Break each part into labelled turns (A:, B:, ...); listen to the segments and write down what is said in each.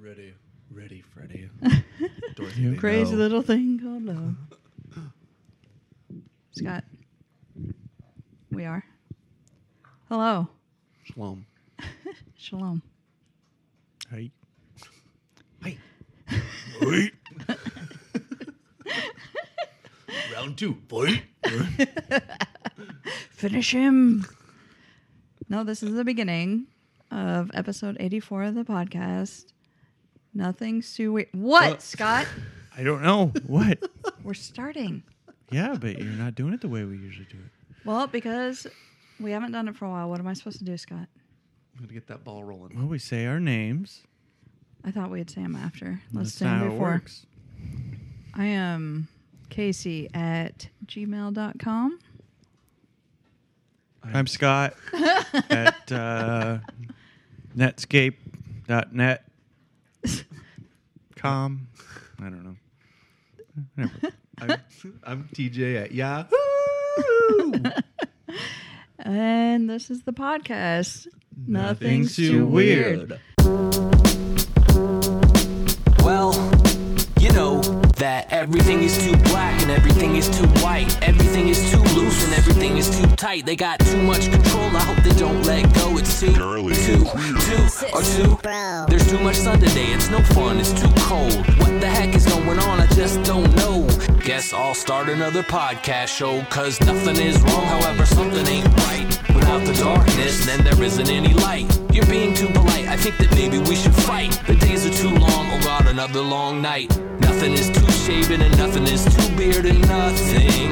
A: Ready, ready, Freddy. Dorothy.
B: You
A: Bateman.
B: crazy
C: No.
B: little thing called love. Scott, we are. Hello,
A: Shalom.
B: shalom.
A: Hey. Hey. Round two. Boy.
B: Finish him. No, this is the beginning of episode eighty-four of the podcast. Nothing's too weird. What,
A: Uh.
B: Scott?
C: I don't know what.
B: We're starting.
C: yeah, but you're not doing it the way we usually do it.
B: Well, because we haven't done it for a while. What am I supposed to do, Scott?
A: I'm gonna get that ball rolling.
C: Well, we say our names.
B: I thought we'd say 'em after. Let's
C: That's
B: say
C: not
B: 'em
C: how it
B: before.
C: works.
B: I am Casey at gmail.com.
C: I'm Scott at uh, netscape.net com. I don't know. Never.
A: I'm, I'm TJ at Yahoo.
B: And this is the podcast.
C: Nothing's too weird.
D: Well, you know that everything is too black and everything is too white. Everything is too loose and everything is too tight. They got too much control. I hope they don't let go. It's too
E: Gnarly.
D: too too or too.
F: Bro.
D: There's too much sun today. It's no fun. It's too cold. What the heck is going on? I just don't know. Guess I'll start another podcast show. Cause nothing is wrong. However, something ain't right. Without the darkness, then there isn't any light. You're being too polite. I think that maybe we should fight. The days are too long. Oh God, another long night. Nothing is too shaven and nothing is too bearded. Nothing.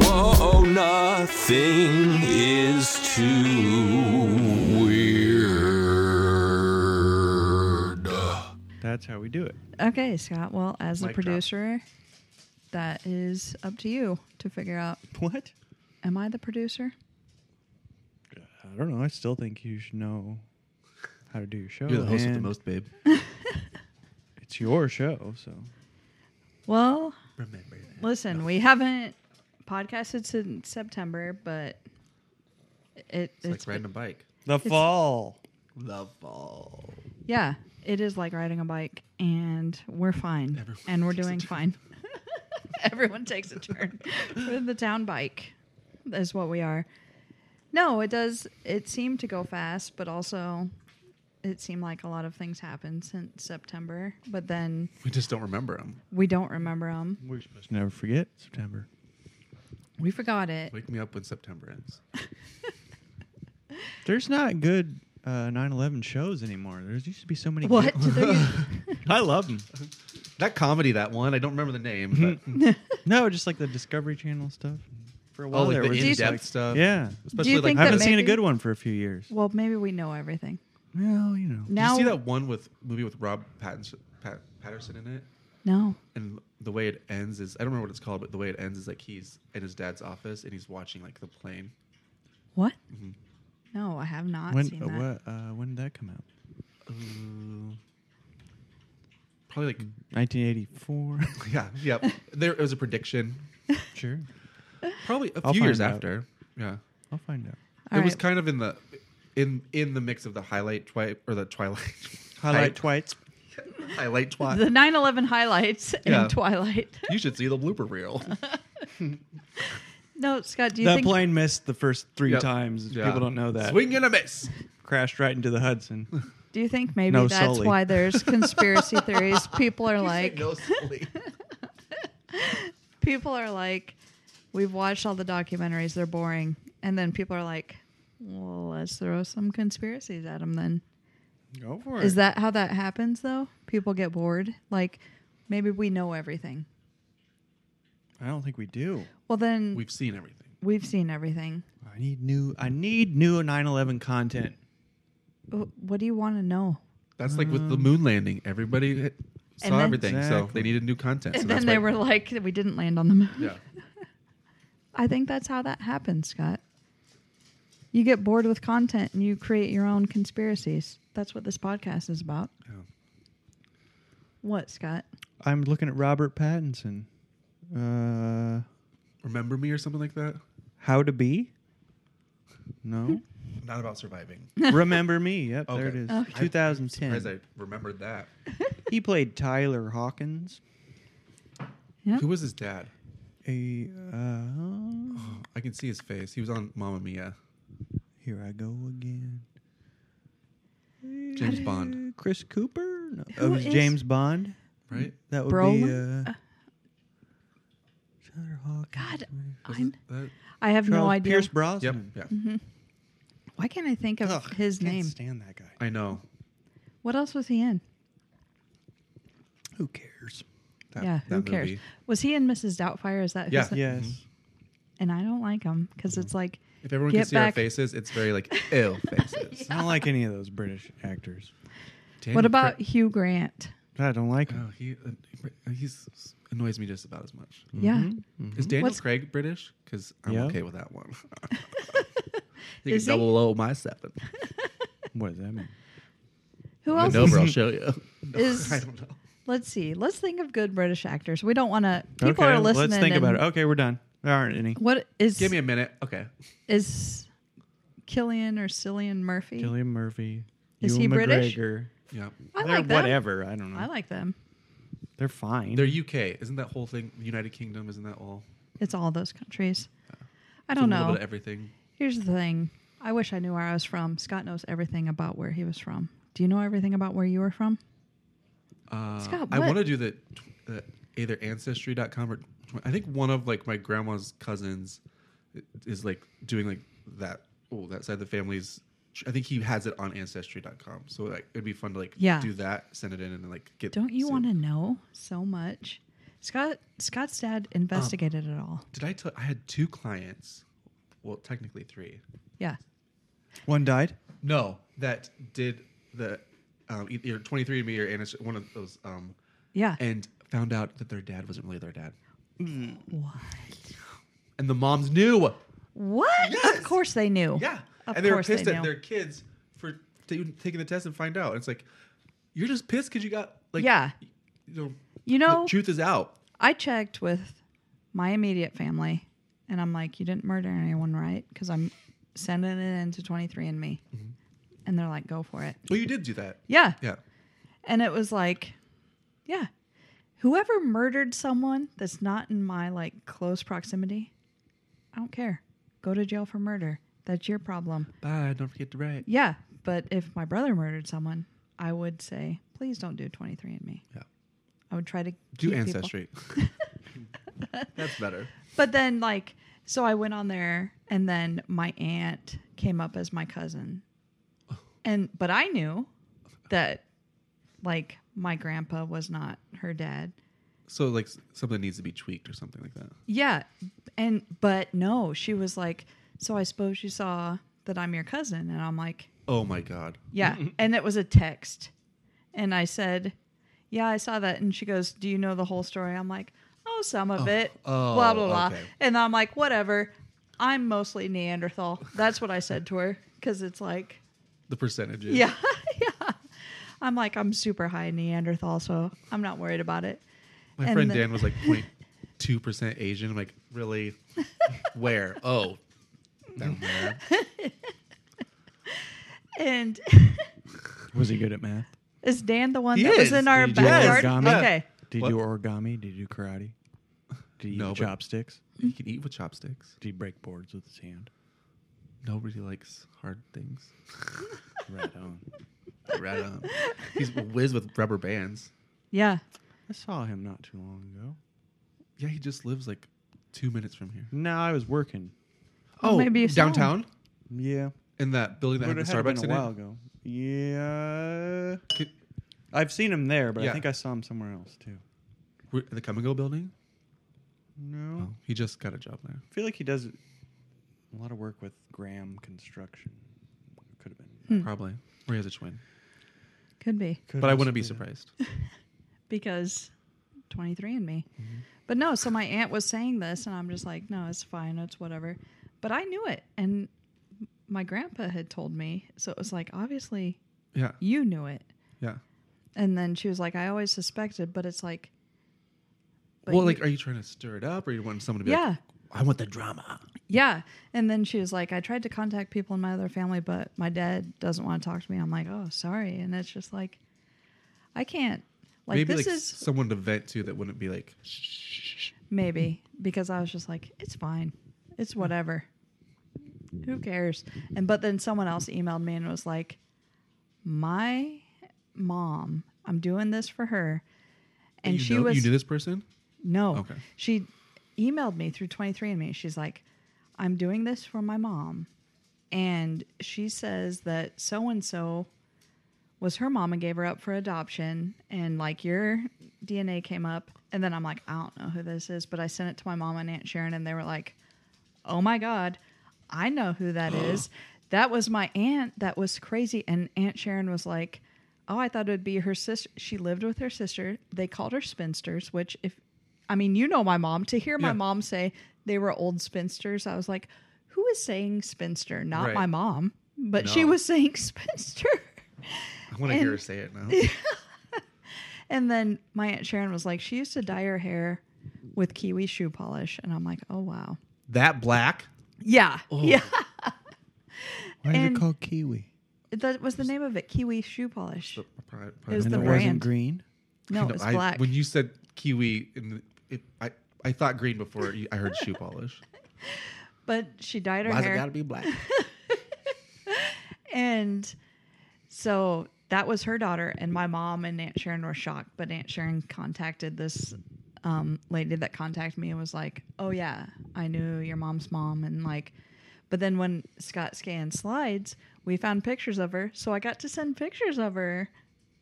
D: Whoa, Oh, nothing is too weird.
C: That's how we do it.
B: Okay, Scott. Well, as the
C: Mic drop.
B: producer, that is up to you to figure out
C: What?
B: am I the producer?
C: I don't know. I still think you should know how to do your show.
A: You're the host of the
C: and
A: most, babe.
C: It's your show, so
B: Well,
A: Remember that.
B: listen, we haven't podcasted since September, but it, it's,
A: It's like riding a bike.
C: the fall.
A: The ball.
B: Yeah, it is like riding a bike, and we're fine,
A: Everyone
B: and we're
A: takes a
B: doing
A: turn.
B: fine. Everyone takes a turn for the town bike. Is what we are. No, it does. It seemed to go fast, but also it seemed like a lot of things happened since September. But then
A: We just don't remember them.
B: we don't remember them.
C: We must never forget September.
B: We forgot it.
A: Wake me up when September ends.
C: There's not good uh, 9/11 shows anymore. There used to be so many.
B: What?
C: good ones. I love them.
A: That comedy, that one, I don't remember the name, but
C: No, just like the Discovery Channel stuff. For a while,
A: oh, like
C: there
A: the
C: was
A: in
C: just
A: depth
C: like-
A: stuff.
C: Yeah,
A: Especially
B: you
A: like
B: think
C: I
B: that
C: haven't seen a
B: maybe-
C: good one for a few years.
B: well, maybe we know everything
C: Well, you know,
B: now.
A: Did you see that one with movie with Rob Pattinson, Pat, Patterson in it?
B: No.
A: And the way it ends is I don't remember what it's called, but the way it ends is like he's in his dad's office and he's watching like the plane.
B: What?
A: Mm-hmm.
B: No, I have not
C: when
B: seen
C: uh,
B: that.
C: what, uh, when did that come out?
A: Uh, probably like
C: 1984.
A: yeah, yeah. There it was a prediction.
C: sure,
A: Probably a
C: I'll
A: few years
C: find out.
A: after. Yeah,
C: I'll find out.
B: All
A: it was
B: right.
A: kind of in the in in the mix of the highlight twi- or the twilight
C: Highlight
A: Hi-
C: twice.
A: highlight twilight.
B: the 9/11 highlights
A: Yeah.
B: and Twilight.
A: You should see the blooper reel.
B: No, Scott, do you
C: That
B: think
C: plane missed the first three
A: Yep.
C: times.
A: Yeah.
C: People don't know that.
A: Swing and a miss.
C: Crashed right into the Hudson.
B: Do you think maybe
C: No
B: that's
C: Sully.
B: why there's conspiracy theories? People are like,
A: no sleep.
B: people are like, we've watched all the documentaries; they're boring. And then people are like, well, let's throw some conspiracies at them. Then
C: Go for
B: is that how that happens? Though people get bored. Like maybe we know everything.
C: I don't think we do.
B: Well, then we've,
A: We've seen everything.
B: seen everything.
C: I need new. I need new 9/11 content.
B: Wh- What do you want to know?
A: That's like with the moon landing. Everybody hit- saw
B: Mm. then-
A: everything, so
C: Exactly.
A: they needed new content. so
B: and
A: that's
B: then they
A: why-
B: were like, we didn't land on the moon.
A: yeah.
B: I think that's how that happens, Scott. You get bored with content and you create your own conspiracies. That's what this podcast is about.
A: yeah.
B: What, Scott?
C: I'm looking at Robert Pattinson. Uh,
A: Remember me or something like that?
C: how to be? No.
A: Not about surviving.
C: Remember me. Yep, there it
A: Okay.
C: is.
A: Okay.
C: 2010.
A: Surprised I remembered that.
C: He played Tyler Hawkins.
B: Yep.
A: Who was his dad?
C: A uh,
A: I can see his face. He was on Mamma Mia.
C: here I go again.
A: James Bond,
C: Uh, Chris Cooper. No.
B: Who
C: it was
B: is-
C: James Bond.
A: right?
C: That would
B: Brolin?
C: be uh, Tyler Hawkins.
B: God,
A: Was
B: I'm,
A: it that-
B: I have no
C: Charles-
B: idea.
C: Pierce
A: Yep.
C: Brosnan.
A: Yeah.
B: Mm-hmm. Why can't I think of
C: Ugh,
B: his
C: can't
B: name?
C: Stand that guy.
A: I know.
B: What else was he in?
C: Who cares?
A: That,
B: yeah, who
A: that
B: cares?
A: movie.
B: Was he in Mrs. Doubtfire? Is that who's
A: Yeah.
B: the-
C: Yes.
B: And I don't like him because it's like
A: If everyone
B: Get
A: can see our
B: back.
A: faces, it's very like ill faces.
C: I don't like any of those British actors.
A: Daniel
B: what about
A: Craig-
B: Hugh Grant?
C: I don't like them.
A: Oh, he uh, he's annoys me just about as much.
C: Mm-hmm. Hmm?
B: Yeah, Mm-hmm.
A: Is Daniel
B: What's-
A: Craig British? Because I'm
C: Yeah.
A: okay with that one. you
B: Is
A: can
B: he?
A: double O my seven.
C: What does that mean?
B: who else?
A: Bend over, I'll show you. No,
B: Is-
A: I don't know.
B: Let's see. Let's think of good British actors. We don't want to. People are listening.
C: Let's think about
B: and
C: it. Okay, we're done. There aren't any.
B: What is
A: Give me a minute. Okay.
B: is Killian or Cillian Murphy?
C: Killian Murphy.
B: Is
C: Ewan
B: he British?
C: McGregor.
A: Yeah.
B: I
C: They're
B: like them.
C: whatever. I don't know.
B: I like them.
C: They're fine.
A: They're UK. Isn't that whole thing the United Kingdom? Isn't that all?
B: It's all those countries. I
A: It's
B: don't
A: a little
B: know.
A: bit of everything.
B: Here's the thing. I wish I knew where I was from. Scott knows everything about where he was from. Do you know everything about where you were from?
A: Uh,
B: Scott,
A: I
B: what-
A: want to do the, the either ancestry.com or I think one of like my grandma's cousins is like doing like that. Oh, that side of the family's. I think he has it on ancestry.com. So like it'd be fun to like
B: Yeah.
A: do that, send it in, and then like get.
B: Don't you
A: see-
B: want to know so much? Scott Scott's dad
A: Um.
B: investigated it all.
A: Did I tell? I had two clients. Well, technically three.
B: Yeah.
C: One died.
A: No, that did the um, either 23andMe or ancestry, one of those, um,
B: Yeah.
A: and found out that their dad wasn't really their dad,
B: what?
A: and the moms knew.
B: What? Of
A: Yes!
B: course they knew.
A: Yeah,
B: Of
A: and they were
B: course they
A: pissed at
B: knew.
A: their kids for t- taking the test and find out. It's like you're just pissed because you got like
B: Yeah.
A: you know,
B: You know,
A: the truth is out.
B: I checked with my immediate family and I'm like, you didn't murder anyone, right? Because I'm sending it in to 23andMe.
A: Mm-hmm.
B: And they're like, go for it.
A: Well, you did do that.
B: Yeah.
A: Yeah,
B: And it was like, yeah, whoever murdered someone that's not in my like close proximity, I don't care. Go to jail for murder. That's your problem.
A: bye. Don't forget to write.
B: Yeah, but if my brother murdered someone, I would say, please don't do 23andMe.
A: Yeah.
B: I would try to
A: Do
B: keep people-
A: ancestry. That's better.
B: But then, like, so I went on there, and then my aunt came up as my cousin, and but I knew that, like, my grandpa was not her dad.
A: So like s- something needs to be tweaked or something like that.
B: Yeah, and but no, she was like, so I suppose you saw that I'm your cousin, and I'm like,
A: Oh my god.
B: yeah, and it was a text, and I said, yeah, I saw that, and she goes, do you know the whole story? I'm like, oh, some of it,
A: oh,
B: blah blah blah,
A: okay.
B: and I'm like, whatever, I'm mostly Neanderthal. That's what I said to her because it's like,
A: The percentages.
B: yeah, yeah. I'm like, I'm super high Neanderthal, so I'm not worried about it.
A: My
B: And
A: friend
B: the-
A: Dan was like 02 percent Asian. I'm like, really? Where? Oh, down there.
B: And
C: Was he good at math?
B: is Dan the one
A: He
B: that was
A: is.
B: in our
C: Did you
B: backyard?
C: origami?
B: Okay.
C: Did
A: What?
C: you do origami? Did you do karate? Did you
A: No,
C: eat
A: but-
C: chopsticks?
A: You can eat with chopsticks.
C: Did you break boards with his hand?
A: Nobody likes hard things.
C: Right on.
A: Right on. He's a whiz with rubber bands.
B: Yeah.
C: I saw him not too long ago.
A: Yeah, he just lives like two minutes from here. Oh,
C: No, I was working.
B: Well, maybe you saw him.
A: downtown
C: Yeah.
A: in that building that
C: Would
A: had the
C: it have been
A: Starbucks
C: a
A: in
C: while
A: it.
C: ago. Yeah.
A: Could-
C: I've seen him there, but
A: Yeah.
C: I think I saw him somewhere else too.
A: were- The Come and Go building.
C: No.
A: Oh, he just got a job there.
C: I feel like he does a lot of work with Graham Construction. Could have been.
B: Hmm.
A: Probably. Or he has a twin.
B: Could be
C: Could
A: but I
C: also
A: wouldn't be
C: that.
A: surprised.
B: because 23 and me.
A: Mm-hmm.
B: But no, so my aunt was saying this, and I'm just like, no, it's fine, it's whatever. But I knew it, and my grandpa had told me, so it was like, obviously,
A: yeah.
B: you knew it.
A: Yeah.
B: And then she was like, I always suspected, but it's like, but
A: well,
B: you-
A: like, are you trying to stir it up, or you want someone to be
B: yeah,
A: like, "I want the drama"?
B: Yeah. And then she was like, I tried to contact people in my other family, but my dad doesn't want to talk to me. I'm like, oh, sorry. And it's just like, I can't. Like,
A: Maybe
B: this
A: like
B: is
A: someone to vent to that wouldn't be like,
B: maybe
A: Mm-hmm.
B: because I was just like, it's fine. It's whatever. Who cares? And but then someone else emailed me and was like, my mom, I'm doing this for her. And
A: you
B: she
A: know,
B: was
A: you knew this person.
B: no.
A: Okay.
B: She emailed me through 23andMe. She's like, I'm doing this for my mom. And she says that so and so was her mom and gave her up for adoption. And like, your DNA came up. And then I'm like, I don't know who this is, but I sent it to my mom and Aunt Sharon. And they were like, oh my God, I know who that is. That was my aunt. That was crazy. And Aunt Sharon was like, oh, I thought it would be her sister. She lived with her sister. They called her spinsters, which, if I mean, you know my mom. To hear my
A: Yeah.
B: mom say they were old spinsters, I was like, who is saying spinster? Not
A: Right.
B: my mom, but she
A: No.
B: was saying spinster.
A: I want to hear
B: And-
A: her say it now.
B: and then my Aunt Sharon was like, she used to dye her hair with kiwi shoe polish. And I'm like, oh, wow.
A: that black.
B: Yeah.
A: Oh.
B: Yeah.
C: Why is
B: And-
C: it called kiwi?
B: That was the name of it kiwi shoe polish.
A: oh, Probably-
B: Is
A: probably-
C: and
B: the
C: it
B: brand.
C: wasn't green.
B: No,
A: No,
B: it's
A: I-
B: black.
A: When you said kiwi, and it, I I thought green before you- I heard shoe polish.
B: but she dyed her
C: Why's
B: hair.
C: it gotta be black?
B: And so that was her daughter, and my mom and Aunt Sharon were shocked. But Aunt Sharon contacted this um, lady that contacted me and was like, "Oh yeah, I knew your mom's mom." And like, but then when Scott scanned slides, we found pictures of her, so I got to send pictures of her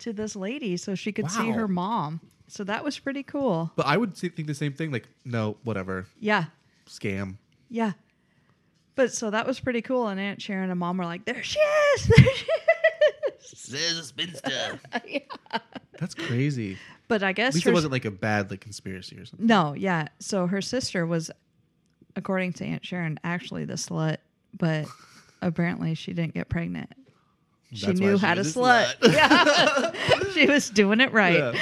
B: to this lady so she could see
A: Wow.
B: her mom. So that was pretty cool.
A: But I would say- think the same thing. Like, no, whatever,
B: Yeah,
A: scam.
B: yeah. But so that was pretty cool. And Aunt Sharon and mom were like, "There she is! There she is!"
D: There's a spinster.
B: Yeah.
A: That's crazy.
B: But I guess
A: At least
B: her
A: it wasn't like a bad like conspiracy or something.
B: No, yeah. So her sister was, according to Aunt Sharon, actually the slut, but apparently she didn't get pregnant. She
A: That's why
B: knew
A: she
B: how to
A: was a
B: slut. Yeah. she was doing it right.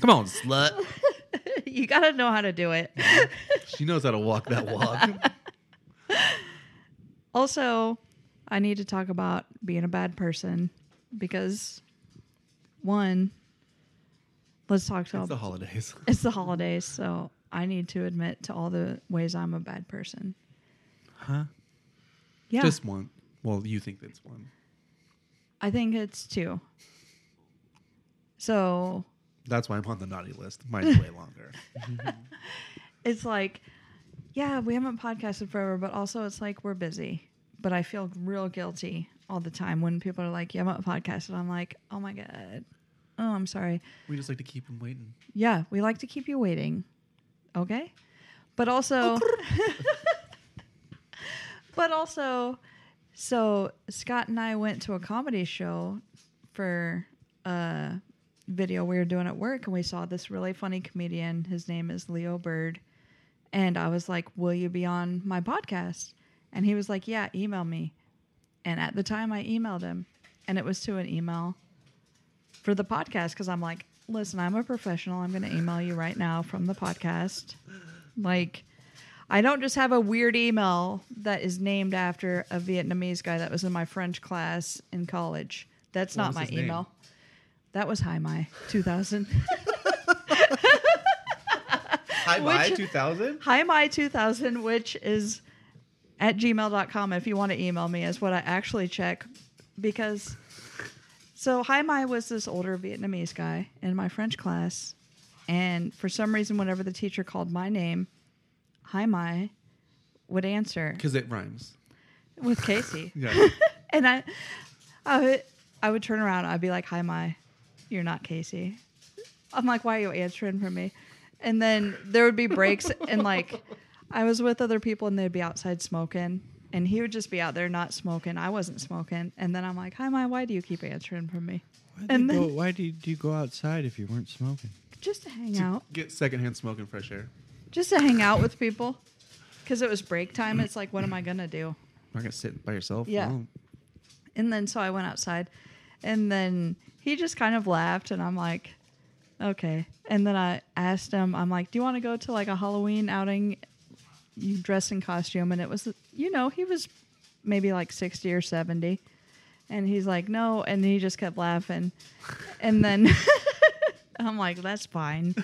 A: Come on, slut.
B: You got to know how to do it.
A: She knows how to walk that walk.
B: Also, I need to talk about being a bad person because, one, let's talk to
A: it's the holidays.
B: it's the holidays, so I need to admit to all the ways I'm a bad person.
C: Huh?
B: Yeah.
A: Just one. Well, you think that's one.
B: I think it's two. So
A: That's why I'm on the naughty list. Mine's way longer.
B: it's like, yeah, we haven't podcasted forever, but also it's like we're busy. But I feel real guilty all the time when people are like, "You haven't podcasted." I'm like, "Oh my god, oh I'm sorry."
A: We just like to keep them waiting.
B: Yeah, we like to keep you waiting. Okay? But also But also so Scott and I went to a comedy show for a video we were doing at work and we saw this really funny comedian. His name is Leo Bird. And I was like, "Will you be on my podcast?" And he was like, "Yeah, email me." And at the time I emailed him and it was to an email for the podcast because I'm like, listen, I'm a professional. I'm going to email you right now from the podcast. Like, I don't just have a weird email that is named after a Vietnamese guy that was in my French class in college. That's
A: What
B: not
A: was
B: my
A: his name?
B: email. That was Hi My 2000.
A: Hi,
B: Which-
A: 2000.
B: Hi My 2000, which is at gmail.com if you want to email me, is what I actually check because. So Hai Mai was this older Vietnamese guy in my French class, and for some reason, whenever the teacher called my name, Hai Mai would answer
A: Because it rhymes.
B: with Casey,
A: Yeah.
B: and I, I would, I would turn around, I'd be like, "Hi Mai, you're not Casey." I'm like, "Why are you answering for me?" And then there would be breaks, and like, I was with other people, and they'd be outside smoking. And he would just be out there not smoking. I wasn't smoking. And then I'm like, Hi, Mai, why do you keep answering for me?
C: Why, do you
B: And
C: go,
B: then-
C: why do you, do you go outside if you weren't smoking?
B: just to hang
A: To
B: out,
A: Get secondhand smoke and fresh air.
B: just to hang out with people. Because it was break time. It's like, what am I gonna do?
A: You're not gonna sit by yourself. Oh.
B: Yeah.
A: alone.
B: And then so I went outside, and then he just kind of laughed, and I'm like, okay. And then I asked him, I'm like, do you want to go to like a Halloween outing you dressed in costume, and it was, you know, he was maybe like 60 or 70. And he's like, no. And he just kept laughing. And then I'm like, that's fine.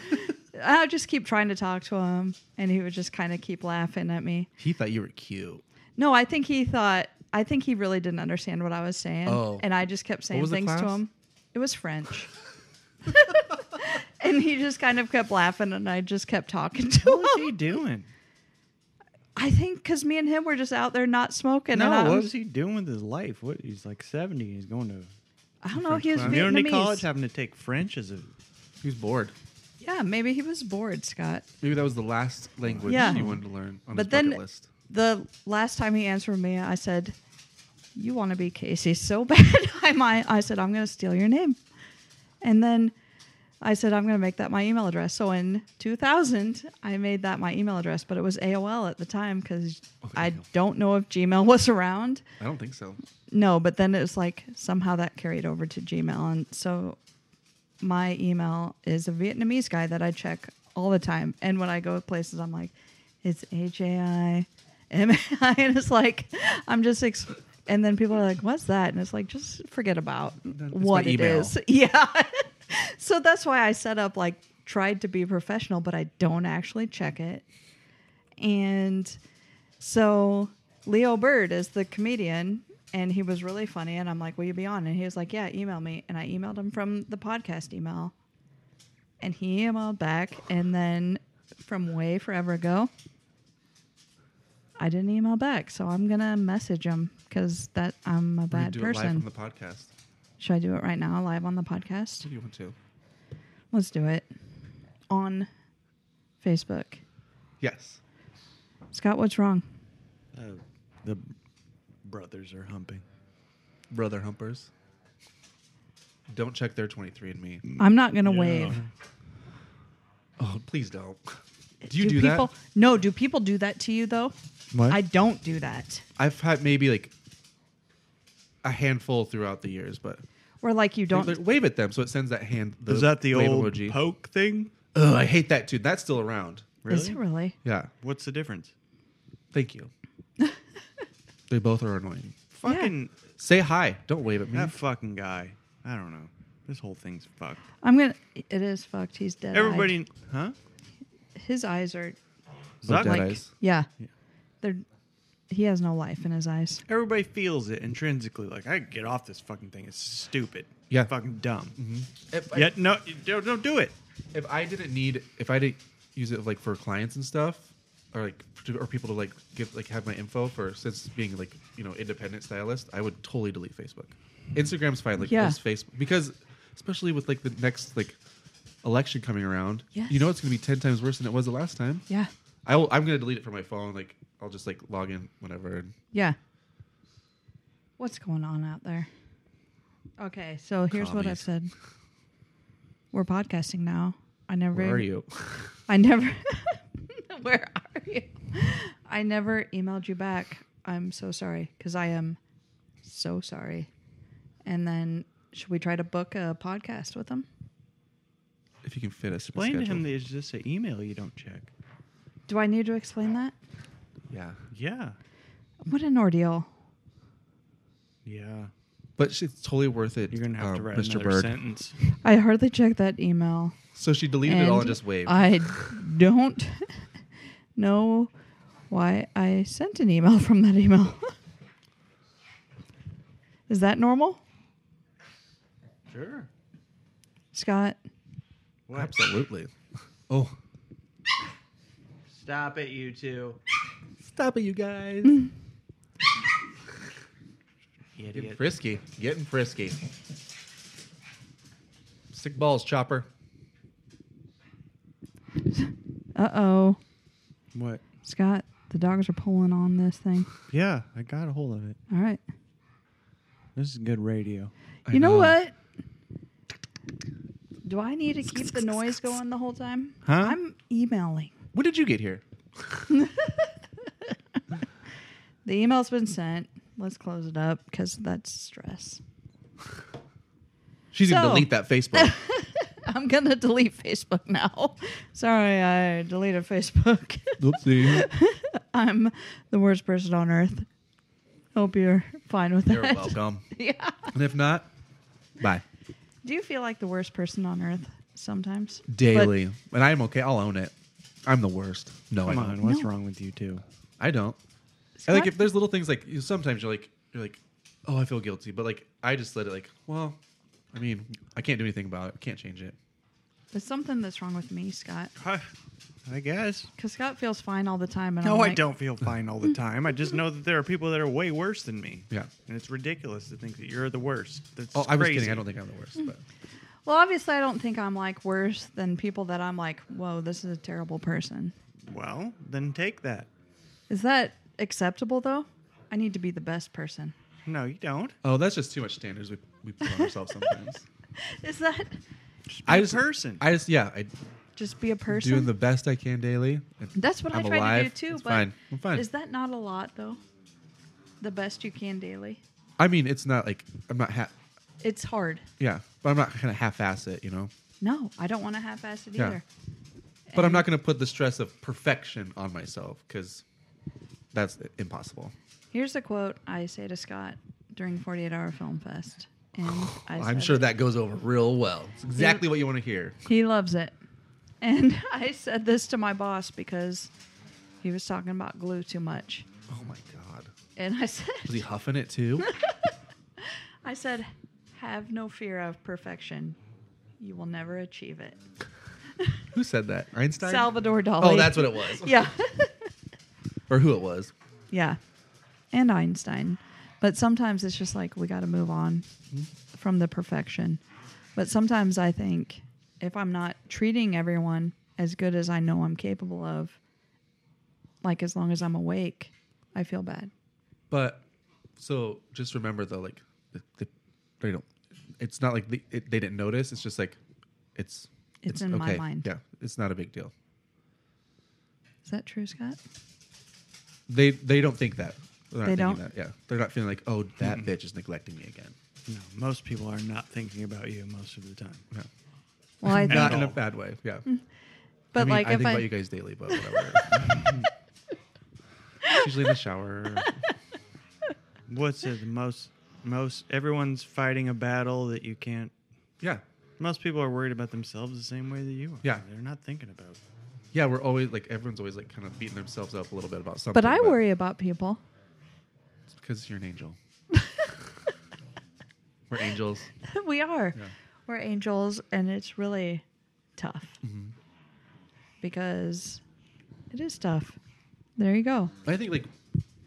B: I'll just keep trying to talk to him. And he would just kind of keep laughing at me.
A: He thought you were cute.
B: No, I think he thought, I think he really didn't understand what I was saying.
A: Oh.
B: And I just kept saying
A: was the
B: things to
A: class?
B: him. It was French. and he just kind of kept laughing. And I just kept talking to him.
C: What was he doing?
B: I think because me and him were just out there not smoking.
C: No,
B: and I
C: what
B: was,
C: was he doing with his life? What he's like seventy. He's going to
B: I don't know. He was
C: community
B: Vietnamese.
C: college, having to take French as a.
A: He was bored.
B: Yeah, maybe he was bored, Scott.
A: Maybe that was the last language
B: Yeah.
A: you wanted to learn on
B: But
A: his
B: then-
A: bucket list.
B: The last time he answered me, I said, "You want to be Casey so bad." I might. I said, "I'm going to steal your name," and then I said, "I'm going to make that my email address." So in 2000, I made that my email address, but it was AOL at the time because I don't know if Gmail was around.
A: I don't think so.
B: No, but then it was like somehow that carried over to Gmail. And so my email is a Vietnamese guy that I check all the time. And when I go places, I'm like, it's H A I M A I. And it's like, I'm just, ex- and then people are like, what's that? And it's like, just forget about what
A: my
B: it
A: email.
B: is. Yeah. so that's why I set up like, tried to be professional, but I don't actually check it. And so Leo Bird is the comedian, and he was really funny. And I'm like, "Will you be on?" And he was like, "Yeah, email me." And I emailed him from the podcast email, and he emailed back. And then from way forever ago, I didn't email back, so I'm gonna message him because that I'm a
A: We're gonna
B: bad
A: do it live on
B: person.
A: the podcast.
B: Should I do it right now, live on the podcast?
A: If you want to.
B: Let's do it on Facebook.
A: Yes.
B: Scott, what's wrong?
C: Uh, the brothers are humping.
A: Brother Humpers. Don't check their 23 and me.
B: I'm not gonna
C: Yeah.
B: wave.
A: Oh, please don't. Do you do, that?
B: people, No, do people do that to you though?
C: What?
B: I don't do that.
A: I've had maybe like a handful throughout the years, but
B: Or like you
A: Like,
B: don't.
A: wave at them so it sends that hand.
C: Is that the
A: wave
C: old
A: emoji.
C: poke thing?
A: Ugh, I hate that too. That's still around.
B: Is it really?
A: Yeah.
C: What's the difference?
A: Thank you. they both are annoying.
C: Fucking
A: Say hi. Don't wave at me.
C: that fucking guy. I don't know. This whole thing's fucked.
B: I'm gonna. It is fucked. He's dead.
C: Everybody, huh?
B: His eyes are
A: Oh,
C: Zuck-
A: dead
B: like.
A: eyes.
B: Yeah.
C: Yeah.
B: They're. He has no life in his eyes.
C: Everybody feels it intrinsically. Like I get off this fucking thing. It's stupid.
A: Yeah.
C: fucking dumb.
A: If I,
C: Yeah, no, don't, don't do it.
A: if I didn't need, if I didn't use it like for clients and stuff, or like to- or people to like give like have my info for since being like you know independent stylist, I would totally delete Facebook. Instagram's fine. Like
B: Yeah.
A: just Facebook because especially with like the next like election coming around,
B: Yes.
A: you know it's going to be ten times worse than it was the last time.
B: Yeah.
A: I will, I'm going to delete it from my phone. Like I'll just like log in whenever. And
B: Yeah. What's going on out there? Okay, so here's what I've
A: Commies.
B: said. We're podcasting now. I never.
A: where are you?
B: I never. where are you? I never emailed you back. I'm so sorry because I am so sorry. And then, should we try to book a podcast with him?
A: if you can fit us. in the
C: Explain to
A: schedule.
C: him that it's just an email you don't check.
B: Do I need to explain that?
A: yeah,
C: Yeah,
B: What an ordeal.
C: yeah.
A: but she- it's totally worth it.
C: You're gonna have
A: um,
C: to write
A: Mr.
C: another
A: Bird.
C: sentence.
B: I hardly checked that email.
A: So she deleted it all and just waved.
B: I don't know why I sent an email from that email. Is that normal,
C: Sure.
B: Scott?
C: What?
A: Absolutely. Oh,
C: Stop it, you two.
A: stop it, you guys. Getting
C: Idiot.
A: frisky. Getting frisky. Sick balls, chopper.
B: Uh oh.
C: What?
B: Scott, the dogs are pulling on this thing.
C: Yeah, I got a hold of it.
B: All right.
C: This is good radio.
A: I
B: you know, what? Do I need to keep the noise going the whole time?
C: Huh?
B: I'm emailing.
A: When did you get here?
B: The email's been sent. Let's close it up because that's stress.
A: She's gonna
B: So-
A: delete that Facebook.
B: I'm going to delete Facebook now. Sorry, I deleted Facebook.
A: Oopsie.
B: I'm the worst person on earth. Hope you're fine with
A: You're
B: that.
A: welcome.
B: Yeah.
A: And if not, bye.
B: Do you feel like the worst person on earth sometimes? But-
A: Daily. and I'm okay. I'll own it. I'm the worst. No, I
C: Come
A: don't.
C: on, what's
B: No.
C: wrong with you two?
A: I don't. And like
B: Scott-
A: if there's little things like you- sometimes you're like you're like, oh, I feel guilty, but like I just let it like, well, I mean, I can't do anything about it. I can't change it.
B: There's something that's wrong with me, Scott.
C: I, I guess.
B: Because Scott feels fine all the time. And
C: No,
B: I'm
C: I
B: like,
C: don't feel fine all the time. I just know that there are people that are way worse than me.
A: Yeah.
C: And it's ridiculous to think that you're the worst. That's
A: Oh, I was
C: crazy.
A: kidding. I don't think I'm the
B: Hmm.
A: worst, but
B: Well, obviously, I don't think I'm like worse than people that I'm like, whoa, this is a terrible person.
C: Well, then take that.
B: Is that acceptable though? I need to be the best person.
C: No, you don't.
A: oh, that's just too much standards we we put on ourselves sometimes.
B: Is that
C: Be
A: I
C: a
A: just
C: person.
A: I just yeah, I
B: just be a person?
A: doing the best I can daily. If
B: That's what i
A: I'm
B: try
A: alive,
B: to do too.
A: it's
B: but
A: fine. I'm fine.
B: Is that not a lot though? The best you can daily.
A: I mean, it's not like I'm not ha-
B: It's hard.
A: yeah, but I'm not gonna half-ass it, you know.
B: No, I don't want to half-ass it
A: Yeah.
B: either.
A: But I'm not gonna put the stress of perfection on myself because that's impossible.
B: Here's a quote I say to Scott during 48 Hour Film Fest, and I
A: I'm
B: said
A: sure
B: it.
A: that goes over real well. It's exactly what you want to hear.
B: He loves it. And I said this to my boss because he was talking about glue too much.
A: Oh my god.
B: And I said,
A: Was he huffing it too?
B: I said, have no fear of perfection. You will never achieve it.
A: who said that? Einstein?
B: Salvador Dali.
A: Oh, that's what it was.
B: Yeah.
A: Or who it was.
B: yeah. And Einstein. But sometimes it's just like we got to move on
A: Mm-hmm.
B: from the perfection. But sometimes I think if I'm not treating everyone as good as I know I'm capable of, like as long as I'm awake, I feel bad.
A: But so just remember though, like the, the, they don't. It's not like the, it, they didn't notice. It's just like it's
B: It's in my mind.
A: Yeah, it's not a big deal.
B: Is that true, Scott?
A: They they don't think that. They're not
B: They
A: thinking
B: don't?
A: That. Yeah, they're not feeling like oh that bitch is neglecting me again.
C: No, most people are not thinking about you most of the time.
A: Yeah.
B: Well, I
A: Not
B: think,
A: in a
C: all.
A: bad way. Yeah.
B: Mm-hmm. but
A: I mean,
B: like
A: I
B: if
A: think
B: I,
A: about you guys daily, but whatever. Usually in the shower.
C: What's it? The most, most everyone's fighting a battle that you can't.
A: Yeah.
C: Most people are worried about themselves the same way that you are.
A: Yeah.
C: they're not thinking about.
A: Yeah, we're always like everyone's always like kind of beating themselves up a little bit about something.
B: but I worry about people.
A: because you're an angel. we're angels.
B: we are.
A: Yeah.
B: We're angels, and it's really tough
A: Mm-hmm.
B: because it is tough. There you go.
A: I think like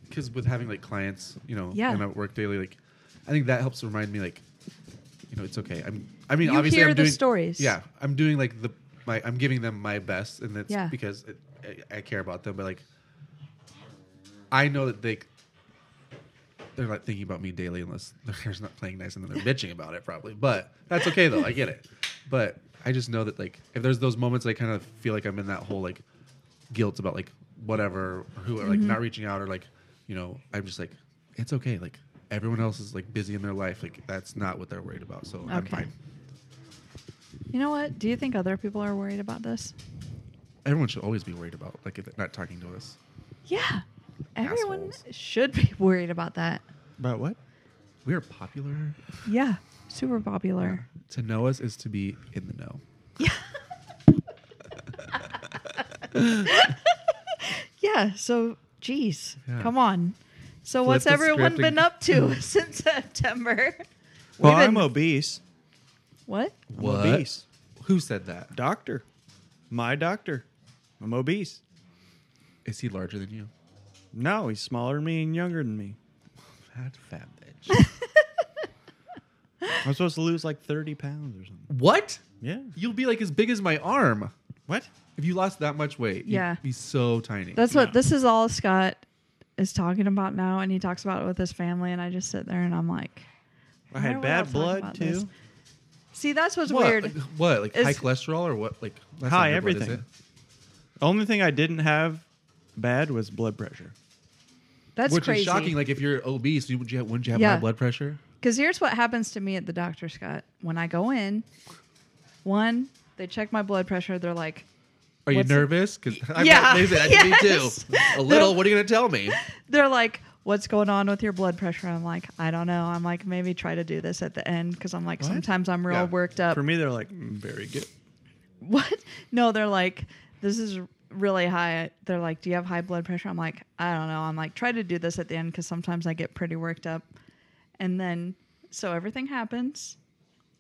A: because with having like clients, you know,
B: Yeah.
A: and at work daily, like I think that helps remind me like you know it's okay. I'm. I mean,
B: You
A: obviously,
B: hear
A: I'm
B: the
A: doing
B: stories.
A: Yeah, I'm doing like the my. I'm giving them my best, and that's
B: Yeah.
A: because it, I, I care about them. But like, I know that they. They're not thinking about me daily unless they're not playing nice and then they're bitching about it probably. But that's okay though. I get it. But I just know that like if there's those moments I kind of feel like I'm in that whole like guilt about like whatever or who or like not reaching out or like you know i'm just like it's okay like everyone else is like busy in their life like that's not what they're worried about so i'm
B: Okay.
A: fine
B: You know what? Do you think other people are worried about this?
A: everyone should always be worried about like if they're not talking to us
B: Yeah. Everyone
A: Assholes.
B: should be worried about that.
C: About what?
A: we are popular
B: Yeah. Super popular.
A: to know us is to be in the know
B: Yeah. yeah. So, geez,
A: Yeah.
B: come on. So,
A: Flip
B: what's
A: the
B: everyone
A: script
B: been
A: and-
B: up to since September?
C: Well,
B: We've
C: I'm
B: been-
C: obese.
B: What?
C: I'm obese.
A: who said that
C: Doctor. My doctor. I'm obese.
A: is he larger than you
C: No, he's smaller than me and younger than me.
A: fat fat bitch
C: I'm supposed to lose like 30 pounds or something.
A: what
C: Yeah.
A: you'll be like as big as my arm
C: What?
A: if you lost that much weight
B: Yeah.
A: you'd be so tiny
B: That's what
C: No.
B: this is all Scott is talking about now, and he talks about it with his family, and I just sit there and I'm like, Why
C: I
B: are
C: had
B: we all
C: bad
B: talking
C: blood
B: about
C: too.
B: this? see, that's what's
A: what?
B: weird.
A: Like, what like
B: Is-
A: high cholesterol or what like that's
C: High
A: not good blood, is
C: everything.
A: it?
C: Only thing I didn't have bad was blood pressure.
B: That's
A: Which
B: crazy.
A: is shocking. Like if you're obese, you, would you have, wouldn't you have
B: Yeah.
A: high blood pressure?
B: Because here's what happens to me at the doctor, Scott. When I go in, one, they check my blood pressure. They're like,
A: Are you
B: What's-
A: nervous? Because I
B: Yeah.
A: they said that to me
B: Yes.
A: too. A little. What are you going to tell me?
B: They're like, "What's going on with your blood pressure?" I'm like, "I don't know." I'm like, "Maybe try to do this at the end because I'm like,
A: What?
B: sometimes I'm real
A: Yeah.
B: worked up."
C: For me, they're like "Mm, very good.
B: what? No, they're like, this is really high. They're like, do you have high blood pressure? I'm like, I don't know. I'm like, try to do this at the end because sometimes I get pretty worked up. And then, so everything happens.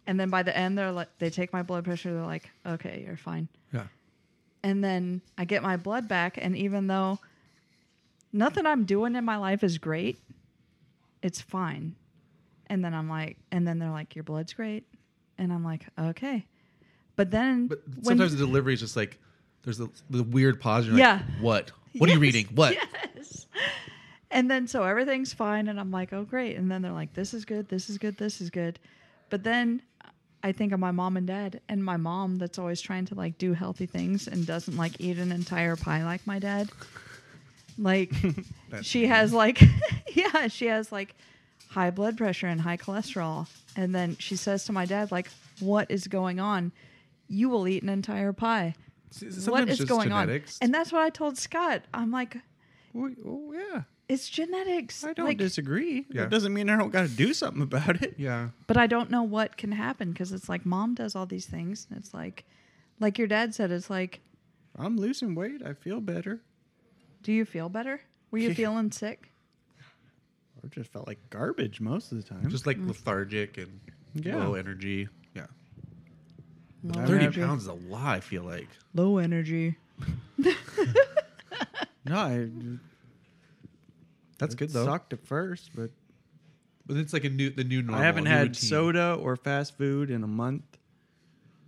B: And then by the end, they're like, they take my blood pressure. They're like, okay, you're fine.
A: Yeah.
B: And then I get my blood back. And even though nothing I'm doing in my life is great, it's fine. And then I'm like, and then they're like, your blood's great. And I'm like, okay. But then
A: But
B: when-
A: sometimes the delivery is just like there's the, the weird pause. You're
B: Yeah.
A: like, what? What are you
B: Yes,
A: reading? What?
B: Yes. And then so everything's fine, and I'm like, oh great. And then they're like, this is good, this is good, this is good. But then I think of my mom and dad, and my mom that's always trying to like do healthy things and doesn't like eat an entire pie like my dad. Like she has like yeah, she has like high blood pressure and high cholesterol. And then she says to my dad, like, what is going on? You will eat an entire pie. what
A: Sometimes
B: is
A: just
B: going
A: genetics.
B: on? And that's what I told Scott. I'm like,
C: Well, oh, yeah,
B: it's genetics.
C: I don't
B: Like,
C: disagree.
A: Yeah.
C: That doesn't mean I don't got to do something about it.
A: yeah.
B: but I don't know what can happen because it's like mom does all these things, and it's like, like your dad said, it's like,
C: I'm losing weight. I feel better.
B: do you feel better? Were you
C: Yeah.
B: feeling sick?
C: I just felt like garbage most of the time.
A: Just
B: Mm.
A: like lethargic and
C: Yeah.
A: low energy. Yeah.
B: Low
C: I'm
A: 30
C: happy.
A: pounds is a lot, I feel like.
B: Low energy.
C: no, I,
A: That's
C: it sucked at first, but
A: But it's like a new the new normal.
C: I haven't
A: new
C: had
A: routine.
C: soda or fast food in a month.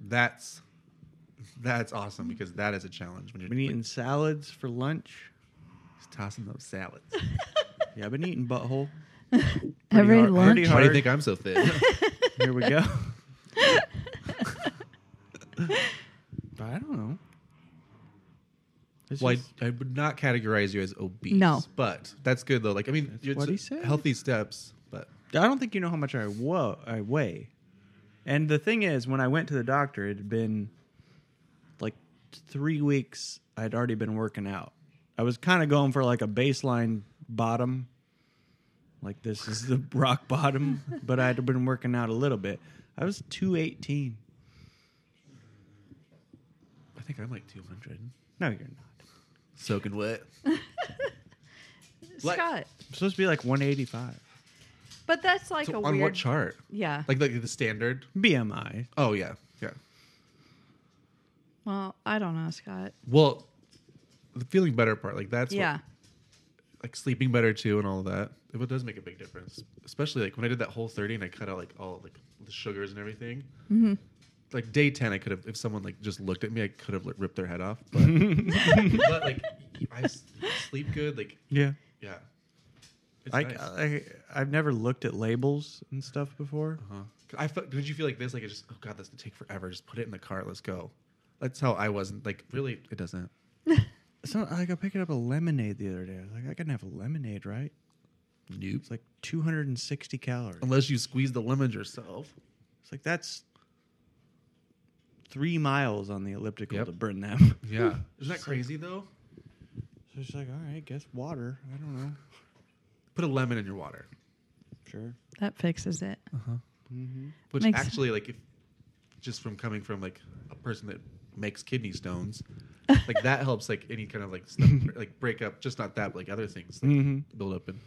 A: That's that's awesome because that is a challenge when you're
C: I've been eating salads for
A: like,
C: lunch.
A: tossing those salads.
C: Yeah, I've been eating butthole.
B: Every
C: hard-
B: lunch.
A: Why
C: pretty
A: do you
C: hard.
A: think I'm so thin?
C: Here we go. but I don't know. It's
A: well,
C: just-
A: I, I would not categorize you as obese.
B: No.
A: but that's good though. Like I mean, it's
C: what he said.
A: healthy steps, but
C: I don't think you know how much I, wo- I weigh. And the thing is, when I went to the doctor, it had been like three weeks. I'd already been working out. I was kind of going for like a baseline bottom, like this is the rock bottom. But I'd been working out a little bit. I was two eighteen.
A: I think I'm like 200,
C: No, you're not.
A: soaking wet. Like-
B: Scott.
C: I'm supposed to be like one eighty five
B: But that's like
A: So
B: a
A: on
B: weird.
A: what chart?
B: Yeah.
A: Like like the standard?
C: BMI.
A: Oh yeah, yeah.
B: well, I don't know, Scott.
A: Well, the feeling better part, like that's what-
B: yeah.
A: like sleeping better too and all of that. It does make a big difference, especially like when I did that whole thirty and I cut out like all like the sugars and everything. Like day ten, I could have if someone like just looked at me, I could have like, ripped their head off. But, but like I s- sleep good, like
C: Yeah.
A: yeah, it's
C: I,
A: nice.
C: I I've never looked at labels and stuff before.
A: Uh-huh. I felt, did you feel like this? Like it just oh god, this could take forever. Just put it in the car, let's go. That's how I wasn't like really. It doesn't.
C: So like I picked up a lemonade the other day. I was like, I can have a lemonade, right?
A: Nope.
C: It's like 260 calories.
A: Unless you squeeze the lemon yourself.
C: It's like that's three miles on the elliptical
A: Yep.
C: to burn them.
A: Yeah. Isn't that crazy though?
C: so it's like, all right, guess water. I don't know.
A: Put a lemon in your water.
C: Sure.
B: That fixes it.
A: which
B: Makes-
A: actually like if just from coming from like a person that makes kidney stones like that helps like any kind of like stuff like break up just not that but like other things like
C: Mhm.
A: build up and